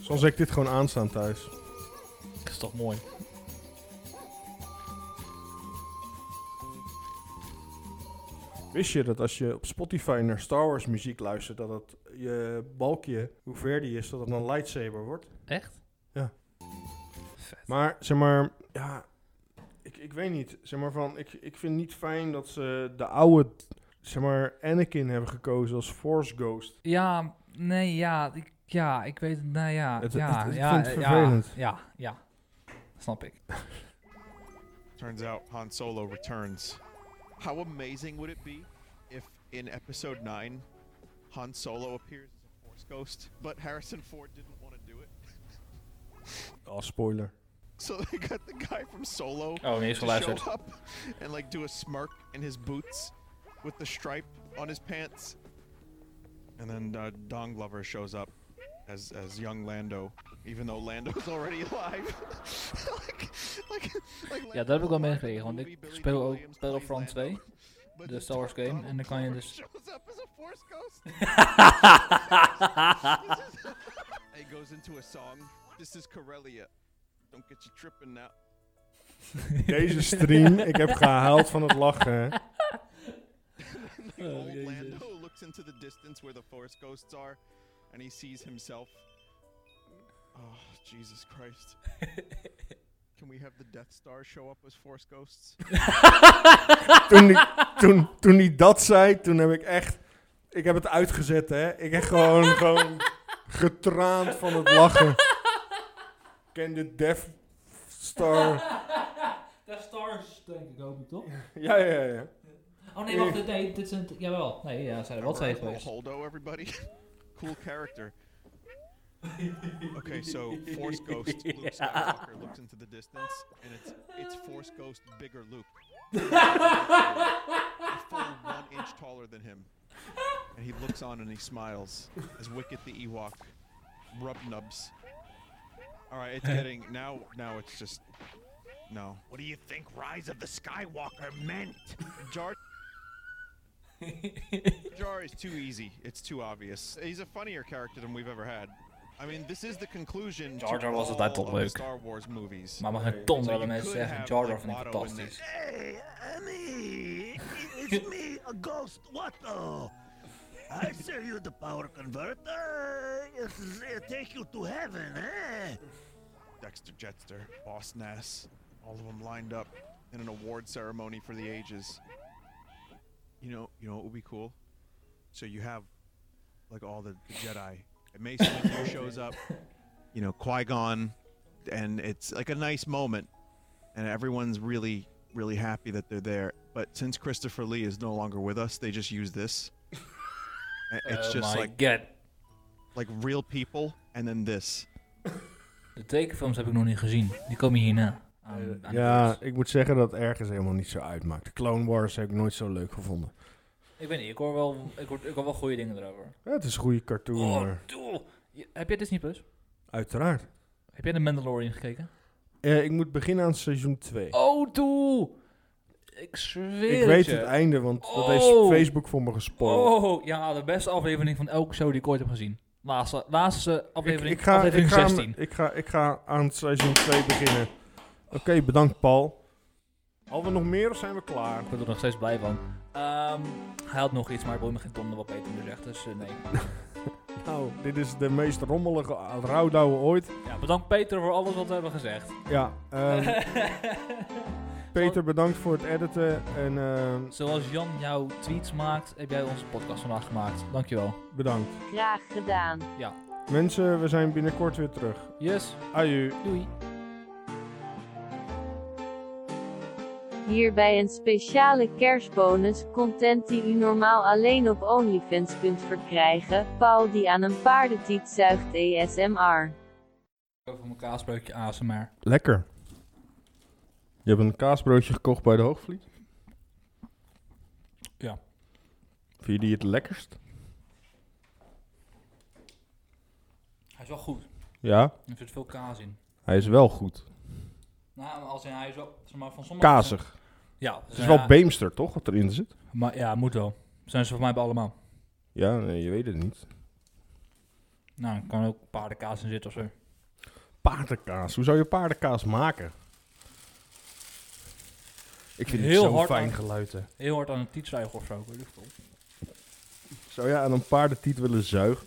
Speaker 1: Soms heb ik dit gewoon aanstaan thuis.
Speaker 2: Dat is toch mooi.
Speaker 1: Wist je dat als je op Spotify naar Star Wars muziek luistert, dat het je balkje, hoe ver die is, dat het een lightsaber wordt?
Speaker 2: Echt?
Speaker 1: Ja. Maar, zeg maar, ja, ik, ik weet niet. Zeg maar van, ik, ik vind niet fijn dat ze de oude, zeg maar, Anakin hebben gekozen als Force Ghost.
Speaker 2: Ja, nee, ja. Ik, ja, ik weet het. Nou ja.
Speaker 1: Het-
Speaker 2: ja,
Speaker 1: het- ik
Speaker 2: ja,
Speaker 1: vind het vervelend.
Speaker 2: Ja, ja, ja. Snap ik.
Speaker 11: Turns out Han Solo returns. How amazing would it be if in episode 9 Han Solo appears as a Force ghost, but Harrison Ford didn't want to do it?
Speaker 1: Als spoiler.
Speaker 11: So they got the guy from Solo
Speaker 2: Oh, nee,
Speaker 11: to
Speaker 2: he's flaccid.
Speaker 11: show up and like do a smirk in his boots with the stripe on his pants. And then uh, Don Glover shows up as as young Lando, even though Lando's already alive. like, like, like
Speaker 2: Ja, dat heb ik wel meegekregen, want ik speel ook Battlefront 2, de Star Wars game, en dan kan je dus...
Speaker 11: it goes into a song. This is Corellia. Don't get you tripping now.
Speaker 1: Deze stream, ik heb gehaald van het lachen. hè.
Speaker 11: Old Lando looks into the distance where the forest ghosts are, and he sees himself. Oh, Jesus Christ. Can we have the Death Star show up as force ghosts?
Speaker 1: toen, die, toen, toen die dat zei, toen heb ik echt... Ik heb het uitgezet, hè. Ik heb gewoon, gewoon getraand van het lachen. Ken de Death Star...
Speaker 2: Death Stars, denk ik ook, toch?
Speaker 1: Ja, ja, ja.
Speaker 2: Oh nee, wacht, nee, dit zijn... Jawel, nee, ja, zijn er wel
Speaker 11: Remember
Speaker 2: twee
Speaker 11: Admiral
Speaker 2: geweest.
Speaker 11: Holdo, everybody? cool character. Okay, so Force Ghost Luke Skywalker looks into the distance, and it's it's Force Ghost bigger Luke, a full one inch taller than him, and he looks on and he smiles as Wicket the Ewok rub nubs. All right, it's getting now. Now it's just no.
Speaker 15: What do you think Rise of the Skywalker meant?
Speaker 11: Jar Jar is too easy. It's too obvious. He's a funnier character than we've ever had. I mean, this is the conclusion
Speaker 2: Jar
Speaker 11: to
Speaker 2: Jar was
Speaker 11: all
Speaker 2: altijd
Speaker 11: of the
Speaker 2: leuk.
Speaker 11: Star Wars movies.
Speaker 2: Maar we gaan ton
Speaker 11: So
Speaker 2: willen
Speaker 11: you
Speaker 2: mensen
Speaker 11: could
Speaker 2: zeggen,
Speaker 11: have,
Speaker 2: Jar Jar
Speaker 11: like,
Speaker 2: vind ik
Speaker 11: Watto in there.
Speaker 2: fantastisch.
Speaker 15: Hey, Emmy! It's me, a ghost. What the? I sell you the power converter. It's- It'll take you to heaven, eh?
Speaker 11: Dexter Jetster, Boss Nass, all of them lined up in an award ceremony for the ages. You know, you know what would be cool? So you have like all the, the Jedi. And Mace Windu shows up, you know, Qui Gon, and it's like a nice moment, and everyone's really, really happy that they're there. But since Christopher Lee is no longer with us, they just use this. And It's
Speaker 2: Oh
Speaker 11: just
Speaker 2: my
Speaker 11: like
Speaker 2: God.
Speaker 11: like real people, and then this.
Speaker 2: De tekenfilms heb ik nog niet gezien. Die komen hierna. Aan- aan de
Speaker 1: Eh, Ja, ik moet zeggen dat het ergens helemaal niet zo uitmaakt. De Clone Wars heb ik nooit zo leuk gevonden.
Speaker 2: Ik weet niet, ik hoor wel, ik hoor, ik hoor wel goede dingen erover.
Speaker 1: Ja, het is een goede cartoon,
Speaker 2: Oh,
Speaker 1: maar
Speaker 2: doel. Je- Heb jij Disney Plus?
Speaker 1: uiteraard.
Speaker 2: Heb jij de Mandalorian gekeken?
Speaker 1: Eh, ik moet beginnen aan seizoen 2.
Speaker 2: Oh, doe! Ik zweer
Speaker 1: ik weet
Speaker 2: je.
Speaker 1: het einde, want dat
Speaker 2: Oh.
Speaker 1: heeft Facebook voor me gespoord.
Speaker 2: Oh, ja, de beste aflevering van elke show die ik ooit heb gezien. Laatste, laatste aflevering,
Speaker 1: ik, ik ga,
Speaker 2: aflevering
Speaker 1: ik ga,
Speaker 2: 16.
Speaker 1: Ik ga, ik ga aan seizoen 2 beginnen. Oké, bedankt Paul. Hadden we nog meer of zijn we klaar? Ik
Speaker 2: ben er nog steeds blij van. Ehm, hij had nog iets, maar ik boeit me geen donder wat Peter nu zegt, dus eh, nee.
Speaker 1: Nou, dit is de meest rommelige rouwdouwe ooit.
Speaker 2: Ja, bedankt Peter voor alles wat we hebben gezegd.
Speaker 1: Ja, ehm, Peter, bedankt voor het editen. En ehm,
Speaker 2: Zoals Jan jouw tweets maakt, heb jij onze podcast vandaag gemaakt. Dankjewel.
Speaker 1: bedankt.
Speaker 14: Graag gedaan.
Speaker 2: Ja.
Speaker 1: Mensen, we zijn binnenkort weer terug.
Speaker 2: Yes.
Speaker 1: Aju.
Speaker 2: Doei.
Speaker 14: Hierbij een speciale kerstbonus, content die u normaal alleen op OnlyFans kunt verkrijgen. Paul die aan een paardentiet zuigt ASMR.
Speaker 2: Over mijn kaasbroodje ASMR.
Speaker 1: Lekker. Je hebt een kaasbroodje gekocht bij de Hoogvliet?
Speaker 2: Ja.
Speaker 1: Vind je die het lekkerst?
Speaker 2: Hij is wel goed.
Speaker 1: Ja.
Speaker 2: Er zit veel kaas in.
Speaker 1: Hij is wel goed.
Speaker 2: Nou, als in, hij is wel, zeg maar, van sommige...
Speaker 1: Kazig.
Speaker 2: Dus Ja.
Speaker 1: Het is wel
Speaker 2: beter.
Speaker 1: beemster, toch? Wat erin zit.
Speaker 2: Maar ja, moet wel. Zijn ze voor mij bij allemaal.
Speaker 1: Ja, nee, je weet het niet.
Speaker 2: Nou, er kan ook paardenkaas in zitten of zo.
Speaker 1: Paardenkaas. Hoe zou je paardenkaas maken? Ik vind het zo fijn
Speaker 2: aan-
Speaker 1: geluid. hè.
Speaker 2: Heel hard aan een tiet zuigen of zo. ik weet niet of het-
Speaker 1: Zou jij aan een paardentiet willen zuigen?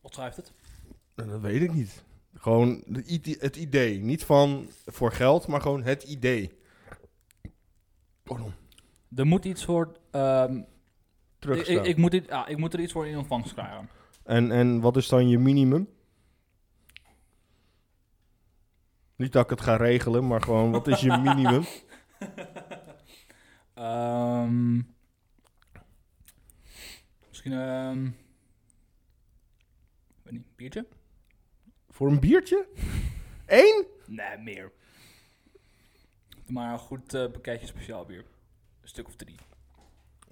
Speaker 2: Wat schrijft het?
Speaker 1: Nou, Dat weet ik niet. Gewoon de ide- het idee. Niet van voor geld, maar gewoon het idee.
Speaker 2: Er moet iets voor... ehm ik,
Speaker 1: Terugstaan.
Speaker 2: ik, ik moet dit, ja, ik moet er iets voor in ontvangst krijgen.
Speaker 1: En, en wat is dan je minimum? Niet dat ik het ga regelen, maar gewoon wat is je minimum?
Speaker 2: Ehm, misschien... ehm weet niet, biertje?
Speaker 1: Voor een biertje? Eén?
Speaker 2: Nee, meer. Maar een goed eh pakketje speciaal bier. Een stuk of drie.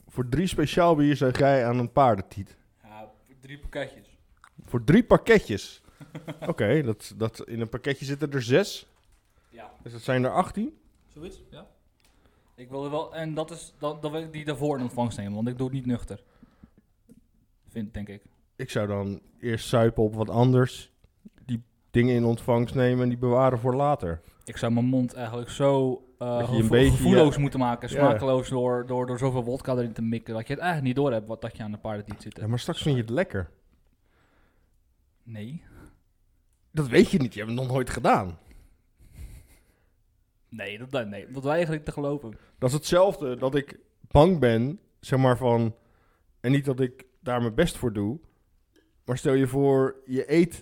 Speaker 1: Voor drie speciaal bier zeg jij aan een paardentiet.
Speaker 2: Ja, drie pakketjes.
Speaker 1: Voor drie pakketjes. Oké, dat, dat, in een pakketje zitten er zes.
Speaker 2: Ja.
Speaker 1: Dus dat zijn er 18.
Speaker 2: Zoiets, ja. Ik wil er wel... En dat is... Dan, dan wil ik die daarvoor in ontvangst nemen, want ik doe het niet nuchter. Vind, denk ik.
Speaker 1: Ik zou dan eerst zuipen op wat anders. Die dingen in ontvangst nemen en die bewaren voor later.
Speaker 2: Ik zou mijn mond eigenlijk zo eh,
Speaker 1: Dat je een
Speaker 2: gevo-
Speaker 1: beetje,
Speaker 2: gevoelloos
Speaker 1: ja.
Speaker 2: moeten maken,
Speaker 1: Ja.
Speaker 2: smakeloos, door, door, door zoveel wodka erin te mikken, dat je het eigenlijk niet doorhebt wat dat je aan de paardentiet zit.
Speaker 1: Ja, maar straks vind je het lekker.
Speaker 2: Nee.
Speaker 1: Dat weet je niet, je hebt het nog nooit gedaan.
Speaker 2: Nee, dat, dat- nee, dat eigenlijk niet te geloven.
Speaker 1: Dat is hetzelfde dat ik bang ben, zeg maar van. En niet dat ik daar mijn best voor doe. Maar stel je voor, je eet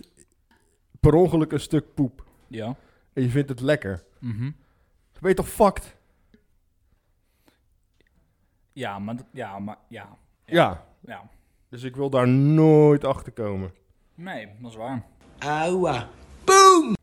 Speaker 1: per ongeluk een stuk poep.
Speaker 2: Ja.
Speaker 1: En je vindt het lekker.
Speaker 2: Mhm.
Speaker 1: Dan ben je toch fucked?
Speaker 2: Ja, maar... dat- Ja, maar... Ja.
Speaker 1: Ja.
Speaker 2: Ja.
Speaker 1: Dus ik wil daar nooit achter komen.
Speaker 2: Nee, dat is waar.
Speaker 3: Auwa. Boom!